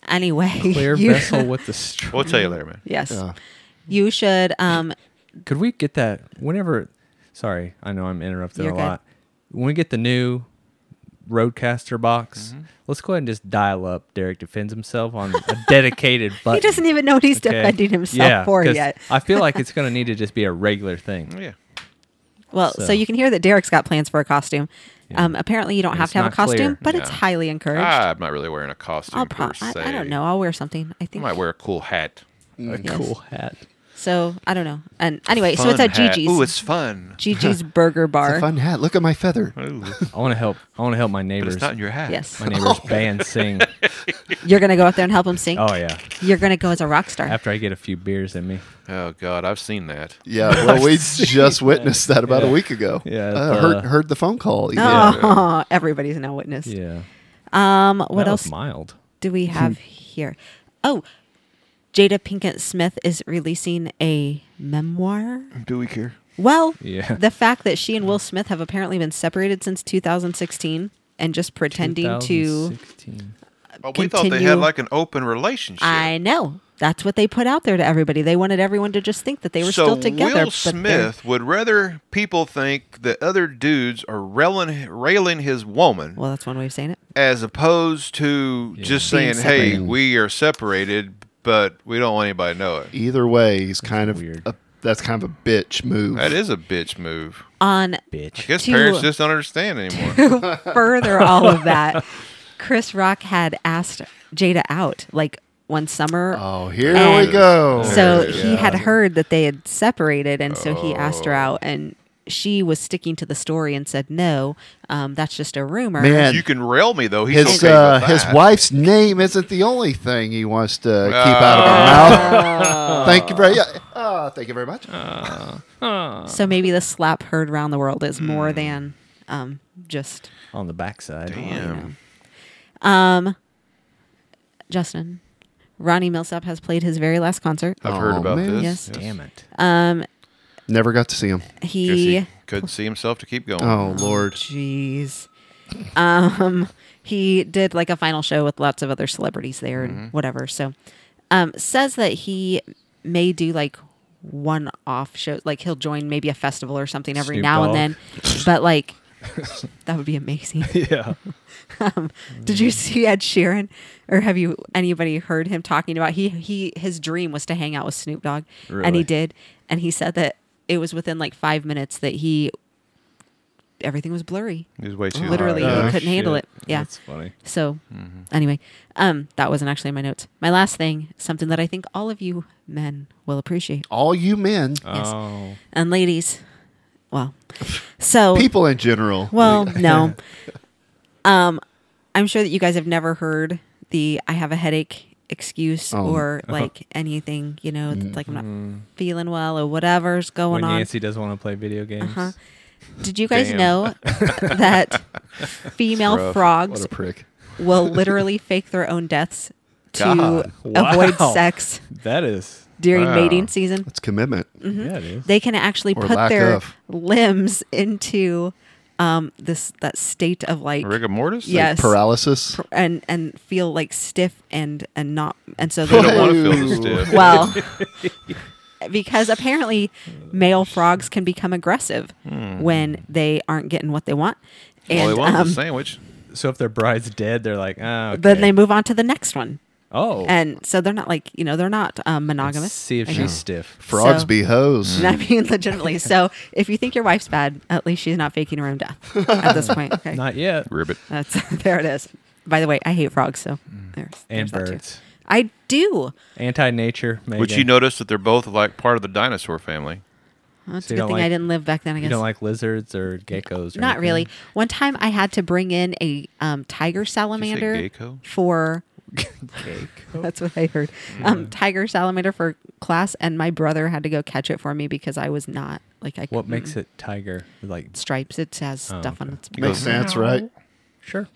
D: Anyway,
C: Clear
D: you-
C: vessel with the. Str-
B: We'll tell you later, man.
D: Yes.
E: Yeah.
D: You should. Um,
C: Could we get that whenever? Sorry, I know I'm interrupted
D: You're
C: a
D: good.
C: lot. When we get the new Roadcaster box,
B: Mm-hmm.
C: let's go ahead and just dial up. Derek defends himself on a dedicated button.
D: he doesn't even know what he's
C: okay?
D: defending himself
C: Yeah,
D: for
C: 'cause
D: yet.
C: I feel like it's going to need to just be a regular thing.
B: Yeah.
D: Well, so.
C: so.
D: you can hear that Derek's got plans for a costume.
C: Yeah.
D: Um, apparently, you don't
C: And
D: have
C: it's
D: to have a
C: not
D: costume,
C: clear.
D: but it's
B: Yeah. Ah,
D: highly encouraged.
B: I'm not really wearing a costume.
D: I'll pro-
B: per se.
D: I, I don't know. I'll wear something. I
B: I
D: think.
B: might wear a cool hat.
C: A
D: Yes.
C: cool hat.
D: So I don't know. And anyway, so it's
B: Fun
D: at
B: hat.
D: Gigi's.
B: Ooh, it's fun.
D: Gigi's Burger Bar.
E: Fun hat. Look at my feather.
B: Ooh,
C: I want to help. I want to help my
B: but
C: neighbors.
B: it's not in your hat.
D: yes.
C: my neighbors band sing.
D: You're gonna go out there and help him sing.
C: Oh yeah.
D: You're gonna go as a rock star.
C: After I get a few beers in me.
B: Oh God, I've seen that.
E: Yeah, well, we just witnessed that about a week ago.
C: Yeah,
E: uh,
C: it's,
E: heard
C: uh,
E: heard the phone call. even.
D: Oh, everybody's now witness.
C: Yeah.
D: Um, what
C: that
D: else
C: Was mild.
D: do we have
B: Hmm.
D: here? Oh, Jada Pinkett Smith is releasing a memoir.
B: Do we care?
D: Well,
C: Yeah.
D: the fact that she and Will Smith have apparently been separated since 2016 and just pretending to.
C: 2016.
B: Well, we thought they had
D: Continue.
B: like an open relationship.
D: I know. That's what they put out there to everybody. They wanted everyone to just think that they were
B: so
D: still together.
B: Will
D: but they're-
B: Smith would rather people think that other dudes are railing, railing his woman
D: well, that's one way of saying it.
B: as opposed to just
D: Being
B: saying, "Hey,
E: separated.
B: we are separated, but we don't want anybody to know it."
E: Either way, he's kind of
C: weird.
E: a- that's kind of a bitch move.
B: That is a bitch move.
D: On
B: I
C: Bitch.
B: guess
D: To-
B: parents just don't understand anymore.
D: further all of that, Chris Rock had asked Jada out like one summer.
E: Oh, here
D: And
E: we go.
D: so
B: There it
D: he
B: is.
D: had heard that they had separated, and so he asked her out, and she was sticking to the story and said, "No, um, that's just a rumor."
E: Man.
B: You can rail me though. He's
E: his
B: okay
E: uh,
B: with
E: his
B: that.
E: wife's name isn't the only thing he wants to keep out of our mouth. Thank you very. Yeah. Oh, thank you very much.
D: So maybe the slap heard round the world is more than um, just
C: on the backside.
B: Damn.
D: um, Justin. Ronnie Millsap has played his very last concert.
B: I've heard
E: Aw,
B: about
E: man.
B: this.
D: Yes.
C: Damn it.
D: Um,
E: Never got to see him.
B: Guess
D: he
B: he couldn't see himself to keep going.
E: Oh Lord.
D: jeez. Um, he did like a final show with lots of other celebrities there
C: Mm-hmm.
D: and whatever. So, um, says that he may do like one off shows, like he'll join maybe a festival or something every
C: Snoop
D: now
C: Dogg.
D: and then. But like, that would be amazing.
C: Yeah.
D: Did you see Ed Sheeran, or have you anybody heard him talking about he he his dream was to hang out with Snoop Dogg, and
C: Really?
D: he did, and he said that it was within like five minutes that he everything was blurry,
B: He was way too
D: literally
B: high.
E: Oh,
D: he couldn't handle
C: shit.
D: it. Yeah.
C: That's funny.
D: so anyway, um, that wasn't actually in my notes. My last thing, something that I think all of you men will appreciate,
E: All you men,
D: Yes.
C: Oh.
D: and ladies, well, so
E: people in general.
D: well, no. Um, I'm sure that you guys have never heard the "I have a headache" excuse
E: Oh.
D: or like anything. You know, it's like I'm not feeling well or whatever's
C: When
D: going on.
C: Nancy doesn't want to play video games.
D: Uh-huh. Did you guys
B: Damn.
D: know that female
B: rough.
E: what
D: frogs
E: a prick.
D: will literally fake their own deaths to
B: God.
D: avoid
C: Wow.
D: sex
C: That is.
D: during
B: Wow.
D: mating season?
E: That's commitment.
D: Mm-hmm.
C: Yeah, it is.
D: they can actually
E: Or
D: put
E: lack
D: their
E: of.
D: limbs into um, this that state of like
B: Rigor mortis?
D: yes
E: Paralysis.
D: and and feel like stiff and and not and so
B: They
D: they
B: don't want to feel
E: Ooh.
B: the stiff.
D: well because apparently male frogs can become aggressive when they aren't getting what they want
B: All
D: and
B: they want is a
D: um,
B: sandwich.
C: So if their bride's dead, they're like, ah. okay.
D: then they move on to the next one
C: Oh.
D: and so they're not like you know they're not um,
C: Let's
D: monogamous
C: see if
D: I
C: she's
D: guess.
C: stiff.
E: Frogs
D: So-
E: be hoes.
D: And I mean legitimately so if you think your wife's bad at least she's not faking her own death at this point okay
C: Not yet.
B: Ribbit.
D: that's there it is by the way i hate frogs so there's,
C: Mm. And
D: there's that too.
C: birds.
D: i do
C: Anti nature.
B: But you notice that they're both like part of the dinosaur family.
D: That's
C: So
D: a
C: you
D: good
C: don't
D: thing I
C: like-
D: didn't live back then. I guess
C: You don't like lizards or geckos. Or
D: not
C: anything?
D: really. One time I had to bring in a um, tiger salamander
B: gecko?
D: for
C: Gecko?
D: that's what I heard.
C: Mm.
D: Um, tiger salamander for class, and my brother had to go catch it for me because I was not like I.
C: What
D: couldn't-
C: makes it tiger? Like,
D: stripes? It has
C: Oh,
D: stuff on
C: okay.
D: its.
E: Makes
D: back.
E: sense, right?
C: sure.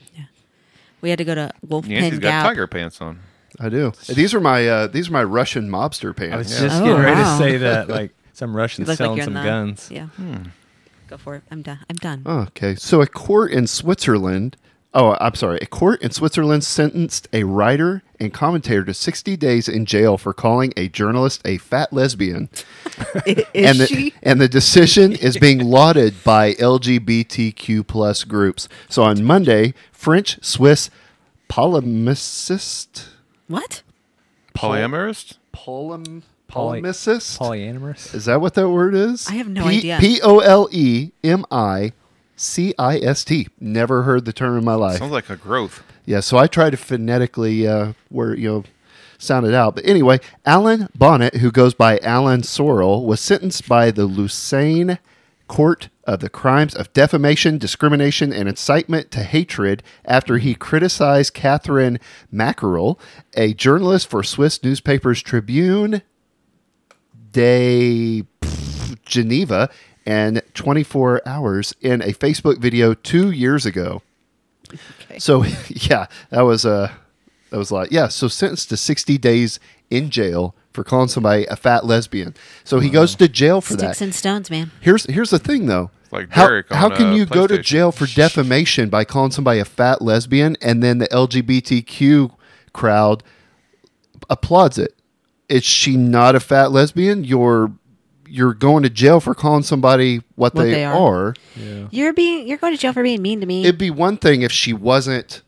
D: We had to go to Wolfpen
B: Nancy's got
D: Gap.
B: tiger pants on.
E: I do. These are my uh, these are my Russian mobster
C: I was
E: pants.
C: just
D: Oh,
C: getting ready
D: wow.
C: to say that. Like, some
D: You
C: Russians
D: look like
C: selling
D: you're in
C: some
D: the-
C: guns.
D: Yeah. Go for it. I'm done. I'm done.
E: Okay. So a court in Switzerland. Oh, I'm sorry. A court in Switzerland sentenced a writer and commentator to 60 days in jail for calling a journalist a fat lesbian.
D: is
E: and the,
D: she?
E: and the decision is being lauded by LGBTQ plus groups. So on Monday, French Swiss polemicist
D: What?
B: Polyamorous?
E: polem
C: Poly-
E: polemicist
C: Polyamorous.
E: is that what that word is?
D: I have no
E: P-
D: idea.
E: P O L E M I C I S T. Never heard the term in my life.
B: Sounds like a growth.
E: Yeah, so I tried to phonetically uh, where you know sound it out. But anyway, Alan Bonnet, who goes by Alan Sorrell, was sentenced by the Lucerne Court of the crimes of defamation, discrimination, and incitement to hatred after he criticized Catherine Mackerel, a journalist for Swiss newspapers Tribune de pff, Geneva, and 24 hours in a Facebook video two years ago. So yeah, that was uh, that was a lot. Yeah, so sentenced to sixty days in jail for calling somebody a fat lesbian. So he goes to jail for
D: Sticks
E: that.
D: and stones, man.
E: here's here's the thing though.
B: Like
E: how,
B: Derek on,
E: how can
B: uh,
E: you go to
B: PlayStation.
E: jail for defamation by calling somebody a fat lesbian and then the LGBTQ crowd applauds it? Is she not a fat lesbian? You're you're going to jail for calling somebody what,
D: What
E: they,
D: they are.
E: are.
D: You're being. You're going to jail for being mean to me.
E: It'd be one thing if she wasn't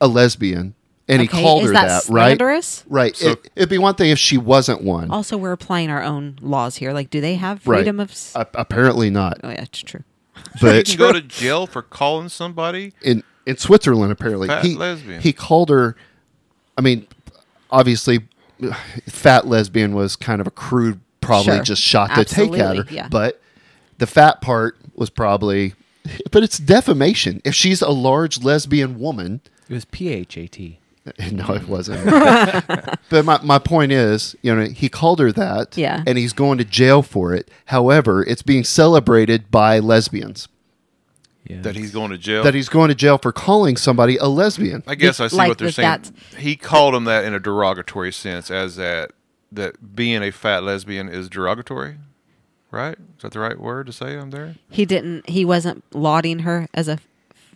E: a lesbian and he
D: Okay,
E: called
D: is
E: her
D: that
E: that, right?
D: slanderous?
E: Right.
B: So-
E: it, it'd be one thing if she wasn't one.
D: Also, we're applying our own laws here. Like, do they have
E: Right. Uh,
D: freedom of? s-
E: A- apparently not.
D: oh, yeah, it's true.
B: You
E: But
B: can go to jail for calling somebody
E: in in Switzerland apparently
B: Fat
E: he
B: lesbian.
E: he called her I mean obviously, fat lesbian was kind of a crude, probably
D: Sure.
E: just shot the take out her.
D: Absolutely, yeah.
E: But the fat part was probably, but it's defamation. If she's a large lesbian woman,
C: It was P H A T.
E: no, it wasn't. but my, my point is, you know, he called her that.
D: Yeah.
E: And he's going to jail for it. However, it's being celebrated by lesbians
C: Yeah.
B: that he's going to jail.
E: that he's going to jail for calling somebody a lesbian.
B: I guess I see
D: Like
B: what they're
D: that
B: saying.
D: that's-
B: He called him that in a derogatory sense, as that that being a fat lesbian is derogatory, right? Is that the right word to say? I'm there.
D: He didn't. He wasn't lauding her as a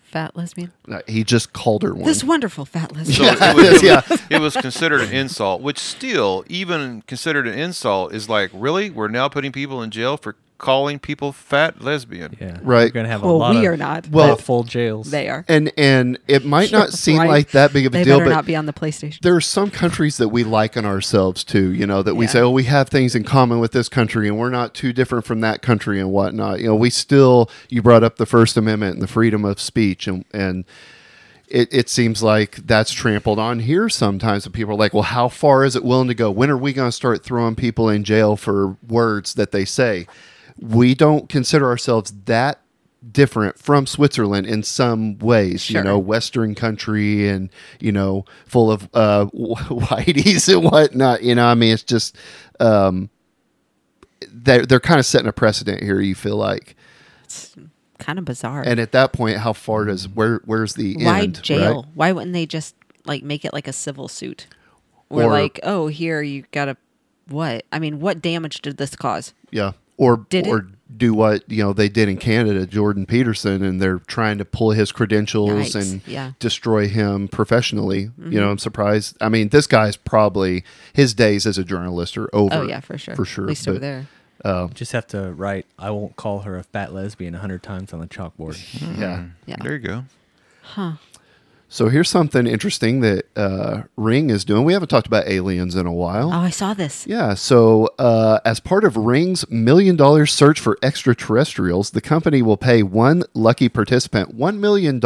D: fat lesbian.
E: No, Uh, He just called her one.
D: This wonderful fat
B: So
D: lesbian.
B: it, was,
E: Yeah.
B: it was- it was considered an insult, which still, even considered an insult, is like really we're now putting people in jail for calling people fat lesbian.
C: yeah.
E: Right.
C: We're gonna have a
D: Well,
C: lot
D: we
C: of
D: are not.
E: Well-
C: full jails.
D: They are.
E: and and it might not seem
D: Right.
E: like that big of a
D: they
E: deal,
D: better
E: but
D: not be on the PlayStation.
E: there are some countries that we liken ourselves to, you know, that we
D: Yeah.
E: say, oh, we have things in common with this country and we're not too different from that country and whatnot. You know, we still, you brought up the First Amendment and the freedom of speech and, and, it, it seems like that's trampled on here sometimes. And people are like, well, how far is it willing to go? When are we going to start throwing people in jail for words that they say? We don't consider ourselves that different from Switzerland in some ways, you
D: Sure.
E: know, Western country and, you know, full of uh, whiteys and whatnot. You know, I mean, it's just, um, they're, they're kind of setting a precedent here, you feel like.
D: Kind of bizarre.
E: And at that point, how far does, where, where's the
D: Why
E: end?
D: jail?
E: right?
D: Why wouldn't they just like make it like a civil suit? Or,
E: Or-
D: like, oh, here you gotta what? I mean, what damage did this cause?
E: Yeah. Or
D: Did it-
E: or do what, you know, they did in Canada, Jordan Peterson, and they're trying to pull his credentials
D: Yikes,
E: and
D: yeah. Mm-hmm.
E: destroy him professionally. You know, I'm surprised. I mean, this guy's probably his days as a journalist are over.
D: Oh yeah, for sure.
E: For sure.
D: At least over
E: but-
D: there.
C: Just have to write. I won't call her a fat lesbian a hundred times on the chalkboard.
E: Yeah.
D: Yeah.
B: There you go.
E: So here's something interesting that uh, Ring is doing. We haven't talked about aliens in a while.
D: Oh, I saw this.
E: Yeah. So, uh, as part of Ring's million dollar search for extraterrestrials, the company will pay one lucky participant $1 million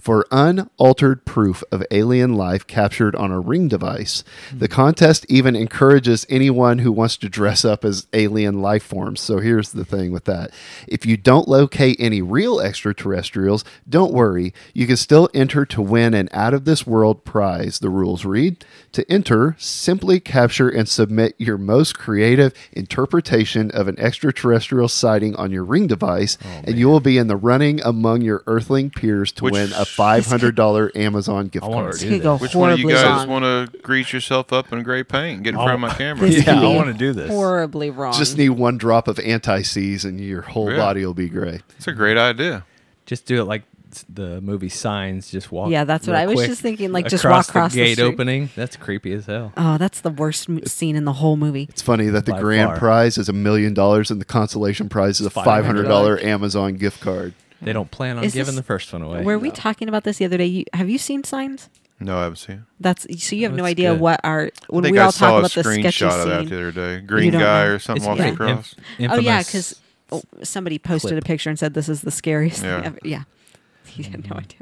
E: for unaltered proof of alien life captured on a Ring device. The contest even encourages anyone who wants to dress up as alien life forms. So, here's the thing with that if you don't locate any real extraterrestrials, don't worry. You can still enter to win an out of this world prize. The rules read to enter, simply capture and submit your most creative interpretation of an extraterrestrial sighting on your ring device, and you will be in the running among your earthling peers to
B: Which-
E: win a $500 Amazon gift
C: I wanna do
E: card.
D: This could go
C: this.
B: Which one of you
D: horribly
B: guys
D: wrong.
B: want to grease yourself up in gray paint and get in front of my camera?
D: This
C: Yeah,
D: could
C: I
D: be
C: wanna do this.
D: Horribly wrong.
E: Just need one drop of anti seize, and your whole
B: Yeah.
E: body will be gray.
B: It's a great idea.
C: Just do it like s- the movie Signs. Just walk.
D: Yeah, that's what
C: real
D: I was
C: quick
D: just thinking, like, just
C: across
D: walk across
C: the
D: the
C: gate
D: street.
C: opening. That's creepy as hell.
D: oh, that's the worst m- scene in the whole movie.
E: It's funny that the
C: By
E: grand
C: far.
E: prize is a million dollars and the consolation prize is a five hundred dollar
D: $500
E: Amazon gift card.
C: They don't plan on
D: Is
C: giving
D: this-
C: the first one away.
D: Were we talking about this the other day? You, have you seen Signs?
B: No, I haven't seen. It.
D: That's so you have no
C: That's
D: idea
C: good.
D: what our
B: I
D: when
B: think
D: we
B: I
D: all
B: saw
D: talk
B: a
D: about the sketchy
B: screenshot of that the
D: scene.
B: other day. Green
D: don't
B: guy
D: know.
B: or something
C: It's
B: walking
C: pretty inf-
B: across.
D: Oh yeah,
C: infamous.
D: because oh, somebody posted
C: clip.
D: a picture and said this is the scariest Hmm.
B: Yeah.
D: thing ever. Yeah, he had no idea.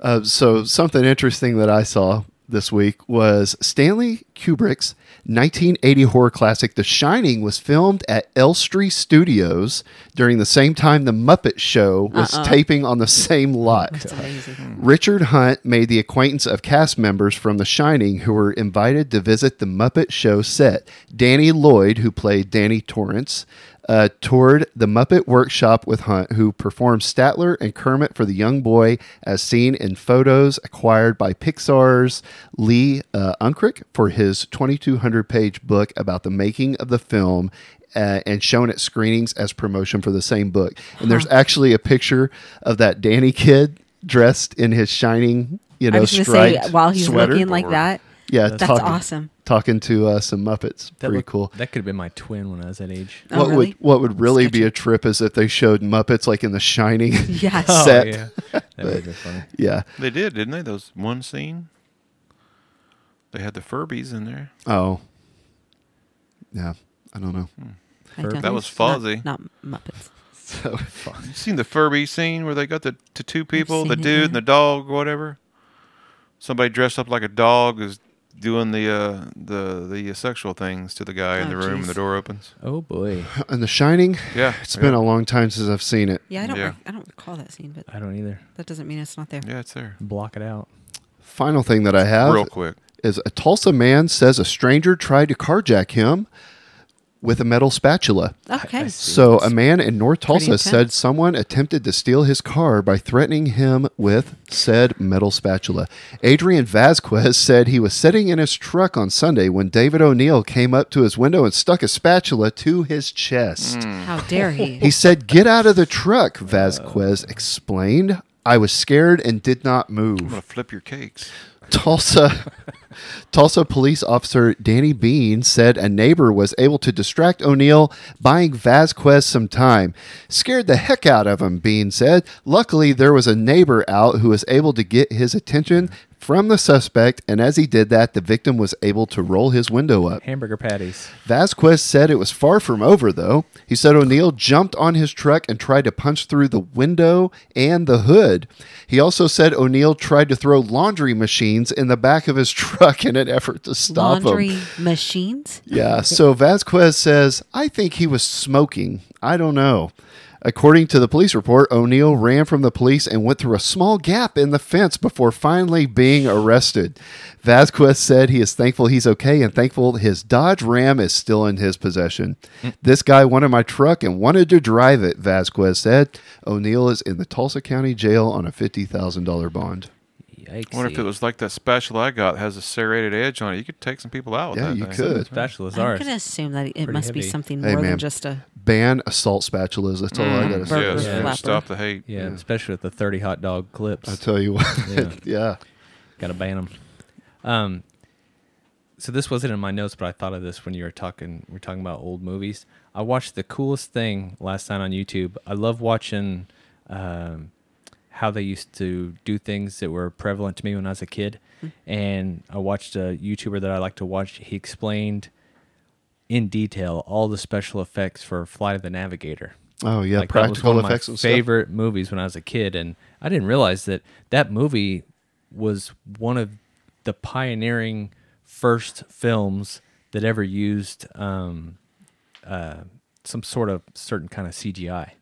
E: Uh, so something interesting that I saw this week was Stanley Kubrick's 1980 horror classic The Shining was filmed at Elstree Studios during the same time The Muppet Show was taping on the same lot.
D: It's amazing.
E: Richard Hunt made the acquaintance of cast members from The Shining who were invited to visit the Muppet Show set. Danny Lloyd, who played Danny Torrance, uh, toured the Muppet Workshop with Hunt, who performed Statler and Kermit for the young boy, as seen in photos acquired by Pixar's Lee uh, Unkrich for his 2,200 page book about the making of the film uh, and shown at screenings as promotion for the same book. And there's actually a picture of that Danny kid dressed in his shining, you
D: I
E: know,
D: was going to say
E: striped
D: while he's
E: sweater.
D: looking like
B: Or-
D: that,
E: yeah,
D: that's awesome.
E: Talking to uh, some Muppets,
C: That
E: pretty
C: looked-
E: cool.
C: That could have been my twin when I was that age.
D: Oh,
E: what
D: really?
E: would what would really be a trip is if they showed Muppets like in the Shining.
D: yes.
C: Oh,
E: Set.
C: yeah. That would have been funny.
E: yeah.
B: They did, didn't they? Those one scene. They had the Furbies in there.
E: Oh. Yeah. I don't know.
C: Hmm.
D: I don't
B: That
D: know.
B: was
D: Not-
B: Fozzie.
D: not, Muppets.
E: So
B: You seen the Furby scene where they got the, the two people, the
D: seen it,
B: dude
D: yeah.
B: and the dog, or whatever? Somebody dressed up like a dog is doing the uh, the the sexual things to the guy in
D: Oh,
B: the room,
D: jeez.
B: and the door opens.
C: Oh boy,
E: And The Shining.
B: Yeah,
E: It's
B: yeah.
E: been a long time since I've seen it.
D: Yeah, I don't.
B: Yeah.
D: Re- I don't recall that scene, but
C: I don't either.
D: that doesn't mean it's not there.
B: yeah, it's there.
C: Block it out.
E: Final thing that I have
B: Real quick.
E: is a Tulsa man says a stranger tried to carjack him with a metal spatula.
D: Okay.
E: So a man in North Tulsa
D: intense.
E: said someone attempted to steal his car by threatening him with said metal spatula. Adrian Vasquez said he was sitting in his truck on Sunday when David O'Neill came up to his window and stuck a spatula to his chest.
D: How dare he?
E: He said, "Get out of the truck," Vasquez explained. I was scared and did not move.
B: I'm gonna flip your cakes.
E: Tulsa Tulsa police officer Danny Bean said a neighbor was able to distract O'Neill buying Vasquez some time. Scared the heck out of him, Bean said. Luckily there was a neighbor out who was able to get his attention from the suspect, and as he did that, the victim was able to roll his window up.
C: Hamburger patties.
E: Vasquez said it was far from over, though. He said O'Neill jumped on his truck and tried to punch through the window and the hood. He also said O'Neill tried to throw laundry machines in the back of his truck in an effort to stop
D: Laundry
E: him.
D: machines.
E: Yeah, so Vasquez says, I think he was smoking. I don't know. According to the police report, O'Neill ran from the police and went through a small gap in the fence before finally being arrested. Vasquez said he is thankful he's okay and thankful his Dodge Ram is still in his possession. This guy wanted my truck and wanted to drive it, Vasquez said. O'Neill is in the Tulsa County Jail on a $50,000 bond.
C: Yikes.
B: I wonder if it was like that spatula I got has a serrated edge on it. You could take some people out with
E: Yeah,
B: that
E: you
B: thing.
E: could.
C: Spatulas
D: I'm
C: are.
D: gonna assume that it must be
C: heavy.
D: something
E: Hey,
D: more
E: man.
D: than just a.
E: Ban assault spatulas. That's all I got to say.
B: Yes,
D: Yeah.
B: yeah.
D: Flapper.
B: stop the hate.
C: Yeah, especially with the 30 hot dog clips.
E: I tell you what.
C: Yeah.
E: yeah.
C: Gotta ban them. Um, so this wasn't in my notes, but I thought of this when you were talking. We are talking about old movies. I watched the coolest thing last night on YouTube. I love watching um, how they used to do things that were prevalent to me when I was a kid. And I watched a YouTuber that I like to watch. He explained in detail all the special effects for Flight of the Navigator.
E: Oh yeah,
C: Like,
E: practical
C: that was one
E: effects
C: of my
E: and stuff.
C: favorite movies when I was a kid, and I didn't realize that that movie was one of the pioneering first films that ever used um, uh, some sort of certain kind of CGI.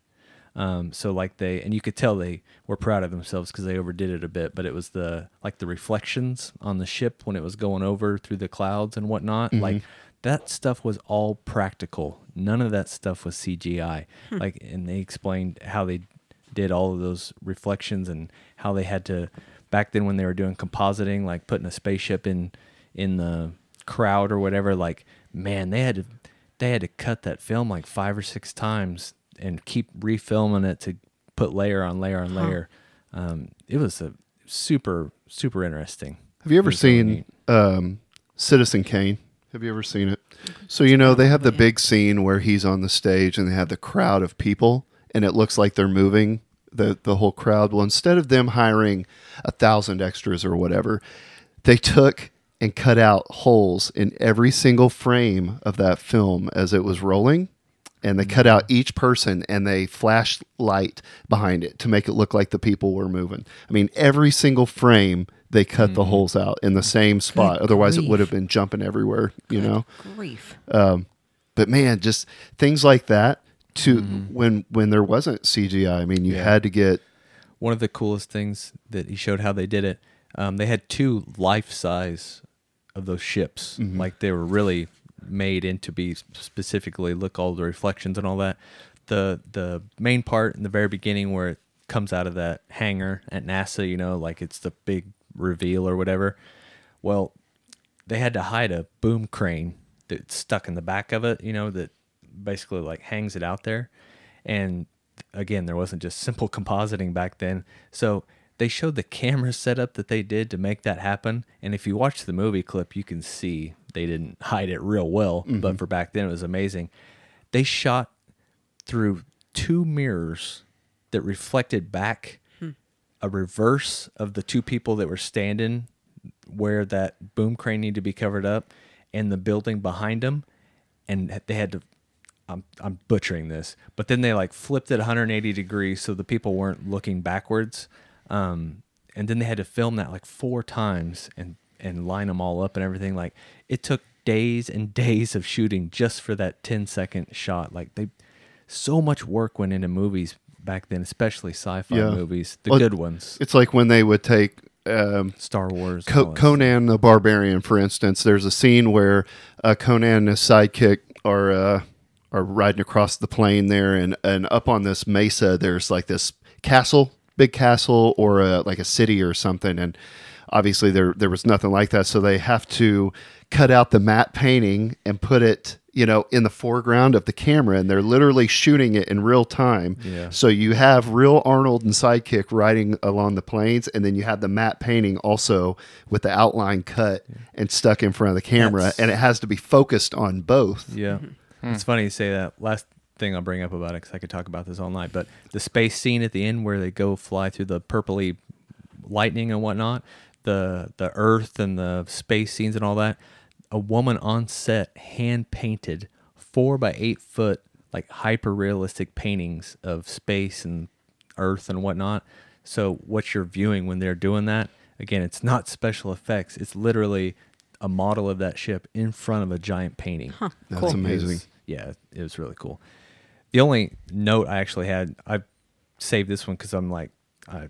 C: Um, so like they, and you could tell they were proud of themselves because they overdid it a bit. But it was the like the reflections on the ship when it was going over through the clouds and whatnot. Like that stuff was all practical. None of that stuff was CGI. Like, and they explained how they did all of those reflections and how they had to back then when they were doing compositing, like putting a spaceship in in the crowd or whatever. Like, man, they had to they had to cut that film like five or six times and keep refilming it to put layer on layer on layer. Um, it was a super super interesting.
E: Have you ever
C: It's really
E: seen
C: neat.
E: um, Citizen Kane? Have you ever seen it? So you know they have the big scene where he's on the stage and they have the crowd of people, and it looks like they're moving the the whole crowd. Well, instead of them hiring a thousand extras or whatever, they took and cut out holes in every single frame of that film as it was rolling. And they cut out each person and they flashed light behind it to make it look like the people were moving. I mean, every single frame they cut the holes out in the same spot. Otherwise, it
D: grief.
E: would have been jumping everywhere, you know?
D: Grief.
E: but man, just things like that to when when there wasn't CGI. I mean, you had to get
C: one of the coolest things that he showed how they did it. Um, they had two life size of those ships, like they were really made into be specifically look all the reflections and all that. The the main part in the very beginning where it comes out of that hangar at NASA, you know, like it's the big reveal or whatever. Well, they had to hide a boom crane that's stuck in the back of it, you know, that basically like hangs it out there. And again, there wasn't just simple compositing back then. So they showed the camera setup that they did to make that happen. And if you watch the movie clip, you can see they didn't hide it real well. But for back then, it was amazing. They shot through two mirrors that reflected back a reverse of the two people that were standing where that boom crane needed to be covered up and the building behind them and they had to I'm, I'm butchering this but then they like flipped it 180 degrees so the people weren't looking backwards um, and then they had to film that like four times and and line them all up and everything. Like it took days and days of shooting just for that 10 second shot. Like they, so much work went into movies back then, especially sci-fi
E: Yeah.
C: movies, the
E: Well,
C: good ones,
E: It's like when they would take um,
C: Star Wars. and all
E: Co-
C: that
E: Conan the Barbarian, for instance. There's a scene where uh, Conan and his sidekick are uh, are riding across the plain there, and and up on this mesa, there's like this castle, big castle, or a, like a city or something, and obviously there there was nothing like that, so they have to cut out the matte painting and put it. You know, in the foreground of the camera, and they're literally shooting it in real time.
C: Yeah.
E: So you have real Arnold and sidekick riding along the plains, and then you have the matte painting also with the outline cut and stuck in front of the camera,
C: That's-
E: and it has to be focused on both.
C: Yeah. It's funny you say that. Last thing I'll bring up about it, because I could talk about this all night, but the space scene at the end where they go fly through the purpley lightning and whatnot, the, the earth and the space scenes and all that, a woman on set hand painted four by eight foot, like hyper realistic paintings of space and earth and whatnot. So, what you're viewing when they're doing that, again, it's not special effects. It's literally a model of that ship in front of a giant painting.
E: That's amazing.
C: Yeah, it was really cool. The only note I actually had, I saved this one because I'm like, I,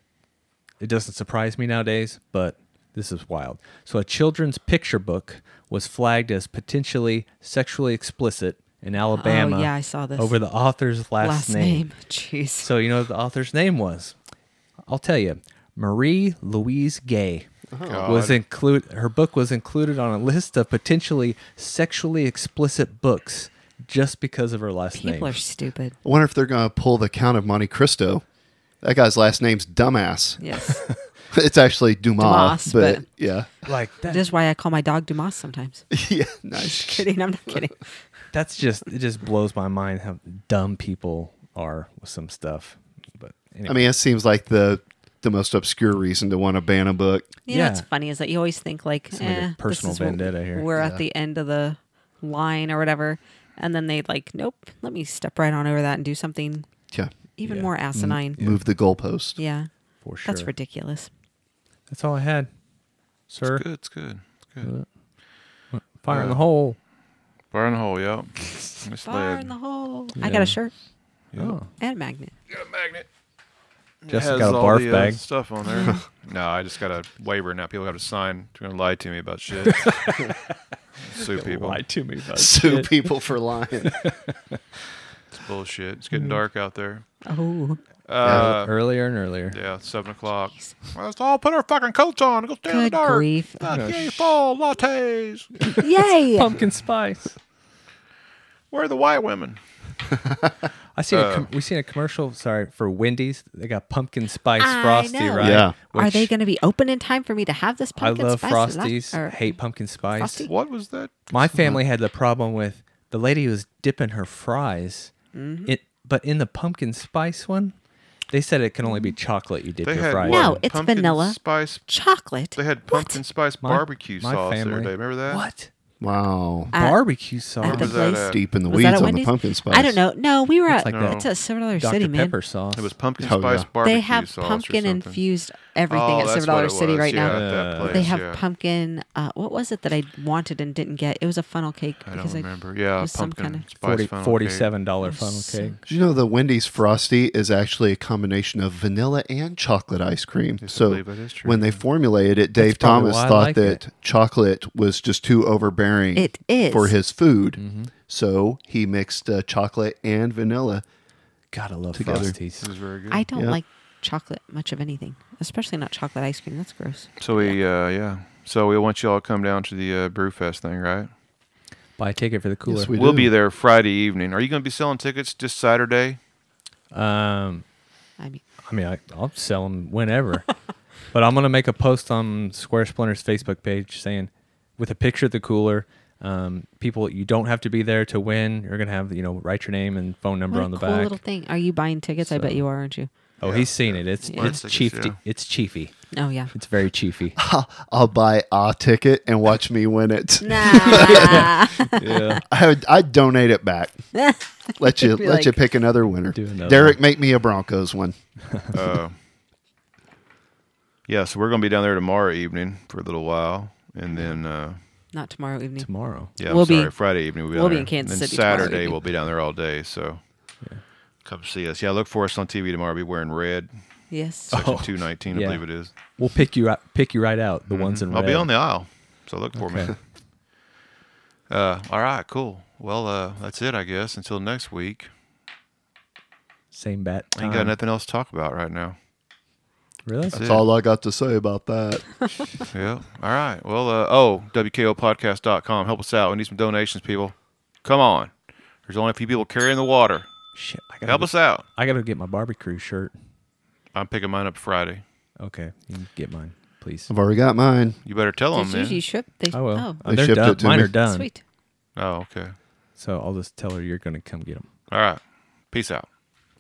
C: it doesn't surprise me nowadays, but this is wild. So, a children's picture book was flagged as potentially sexually explicit in Alabama.
D: Oh, yeah, I saw this.
C: Over the author's last,
D: Last
C: name.
D: name. Jeez.
C: So, you know what the author's name was? I'll tell you Marie Louise Gay was include her book was included on a list of potentially sexually explicit books just because of her last
D: People
C: name.
D: are stupid.
E: I wonder if they're going to pull the Count of Monte Cristo. That guy's last name's Dumbass.
D: Yes.
E: it's actually Dumas,
D: Dumas,
E: but,
D: but-
E: yeah,
C: like that,
D: This is why I call my dog Dumas sometimes.
E: yeah, nice.
D: kidding. I'm not kidding.
C: that's just it just blows my mind how dumb people are with some stuff. But anyway.
E: I mean, it seems like the the most obscure reason to want to ban a book.
D: You know
C: Yeah.
D: what's funny is that you always think like,
C: like a
D: eh, this
C: personal
D: is what-
C: vendetta here.
D: We're at the end of the line or whatever, and then they like, nope, let me step right on over that and do something
E: Yeah,
D: even
C: Yeah.
D: more asinine.
E: move the goalpost.
D: yeah,
C: for sure.
D: that's ridiculous.
C: That's all I had, sir.
B: Good, it's good. It's good.
C: Fire in the hole.
B: Fire in the hole, yep. It's
D: Fire
B: lead.
D: in the hole. I got a shirt
C: Oh.
D: and a magnet.
B: Got a magnet. Has
C: Justin got a
B: all
C: barf
B: the, uh,
C: bag.
B: stuff on there. no, I just got a waiver now. People got to sign. They're gonna lie to me about shit. Sue people.
C: Lied to me about
E: Sue
C: shit.
E: people for lying.
B: It's bullshit. It's
C: Mm.
B: getting dark out there.
D: Oh,
B: Uh,
C: earlier and earlier.
B: yeah, it's seven o'clock. Well, let's all put our fucking coats on and go stand in the
D: good
B: dark.
D: grief!
B: Fuck yeah, fall lattes.
D: Yay!
C: Pumpkin spice.
B: Where are the white women?
C: I seen
B: Uh,
C: a com- we seen a commercial. Sorry for Wendy's. They got pumpkin spice
D: I
C: frosty,
D: know.
C: right?
E: Yeah.
D: Are they
C: Which
D: going to be open in time for me to have this
C: I
D: pumpkin
C: love
D: spice
C: frosties.
D: la- or-
C: hate pumpkin spice.
D: Frosty?
B: What was that?
C: My family had the problem with the lady was dipping her fries. It, but in the pumpkin spice one, they said it can only be chocolate you dip
B: They
C: your
B: had
C: fries.
B: what?
D: No,
C: in.
D: it's
B: pumpkin
D: vanilla.
B: Spice.
D: chocolate.
B: They had
D: What?
B: pumpkin spice
C: My-
B: barbecue
C: my
B: sauce the
C: family-
B: other day. Remember that?
C: What
E: Wow,
D: At-
C: barbecue sauce?
D: at the
B: was that,
D: place.
B: uh,
E: deep in the
D: Was that
E: weeds
D: at
E: on the
D: Wendy's?
E: pumpkin spice.
D: Uh, I don't know. No, we were at
C: like
B: that-
D: it's at Silver Dollar
C: Dr
D: City, man.
C: pepper sauce.
B: It was pumpkin
E: Oh,
B: spice
E: yeah.
B: barbecue
D: They have
B: sauce or
D: pumpkin
B: something.
D: infused everything
B: Oh,
D: at
B: that's
D: Silver
B: what
D: Dollar
B: it
D: City
B: was.
D: right
B: Yeah,
D: now.
B: at that
C: Yeah.
D: They
B: place,
D: have
B: yeah.
D: pumpkin. Uh, what was it that I wanted and didn't get? It was a funnel cake.
B: I
D: because
B: don't remember. Yeah,
D: was some
B: pumpkin
D: kind of-
B: spice
C: 40,
B: funnel cake.
C: Forty-seven dollar funnel cake.
E: Do you know the Wendy's Frosty is actually a combination of vanilla and chocolate ice cream? so
B: believe that is true,
E: when they formulated it, Dave
C: probably
E: Thomas
C: why I
E: thought
C: like
E: that chocolate was just too overbearing
D: It is.
E: for his food.
C: Mm-hmm.
E: So he mixed uh, chocolate and vanilla.
C: Gotta love
E: Together.
C: frosties.
B: This is very good.
D: I don't
E: Yeah.
D: like chocolate much of anything, especially not chocolate ice cream. That's gross.
B: So we, uh, yeah. So we want you all to come down to the uh, Brewfest thing, right?
C: Buy a ticket for the cooler.
E: Yes, we
B: We will
E: do.
B: be there Friday evening. Are you going to be selling tickets just Saturday?
C: um,
D: I mean,
C: I mean, I, I'll sell them whenever. but I'm gonna make a post on Square Splinter's Facebook page saying, with a picture of the cooler, um, people, you don't have to be there to win. You're gonna have, you know, write your name and phone number
D: what
C: on the
D: a cool
C: back.
D: little thing. Are you buying tickets? I bet you are, aren't you?
C: Oh, he's seen it. It's
B: Yeah.
C: it's
B: Plastic is,
C: chief.
B: yeah.
C: It's chiefy.
D: Oh yeah.
C: It's very chiefy.
E: I'll buy a ticket and watch me win it.
D: Nah.
C: yeah.
E: I would I'd donate it back. Let you
D: Be
E: let you
D: like,
E: pick another winner.
C: do another
E: Derek, make me a Broncos one.
B: Uh, yeah, so we're going to be down there tomorrow evening for a little while. and then uh,
D: Not tomorrow evening.
C: tomorrow.
B: yeah, I'm
D: Mm-hmm. We'll be-
B: sorry. Friday evening we'll be, down
D: we'll be
B: there.
D: in Kansas
B: and then
D: City tomorrow
B: Saturday
D: evening.
B: we'll be down there all day. So come see us. Yeah, look for us on TV tomorrow. Be wearing red,
D: Yes.
B: section two nineteen, I
C: yeah.
B: believe it is.
C: We'll pick you out, pick you right out. The ones in
B: Mm-hmm. I'll be
C: red.
B: on the aisle, so look for me.
C: Okay.
B: Uh, all right, cool. Well, uh, that's it, I guess. Until next week,
C: same bat.
B: ain't got
C: time.
B: nothing else to talk about right now.
C: Really?
E: That's all I got to say about that.
B: Yeah. All right. Well, uh, oh, WKOpodcast.com. Help us out. We need some donations, people. Come on. There's only a few people carrying the water.
C: Shit. I gotta
B: Help
C: go-
B: us out.
C: I gotta get my barbecue shirt.
B: I'm picking mine up Friday.
C: Okay, you can get mine, please.
B: Um,
E: I've already got mine.
B: You better tell
D: Did
B: them,
D: you, you
B: man.
D: ship? They,
C: I will.
D: Oh,
C: Uh,
E: They
C: they're
E: shipped
C: done.
E: it to
C: Mine
E: me.
C: are done.
D: sweet.
B: Oh, okay.
C: So I'll just tell her you're gonna come get them.
B: All right. Peace out.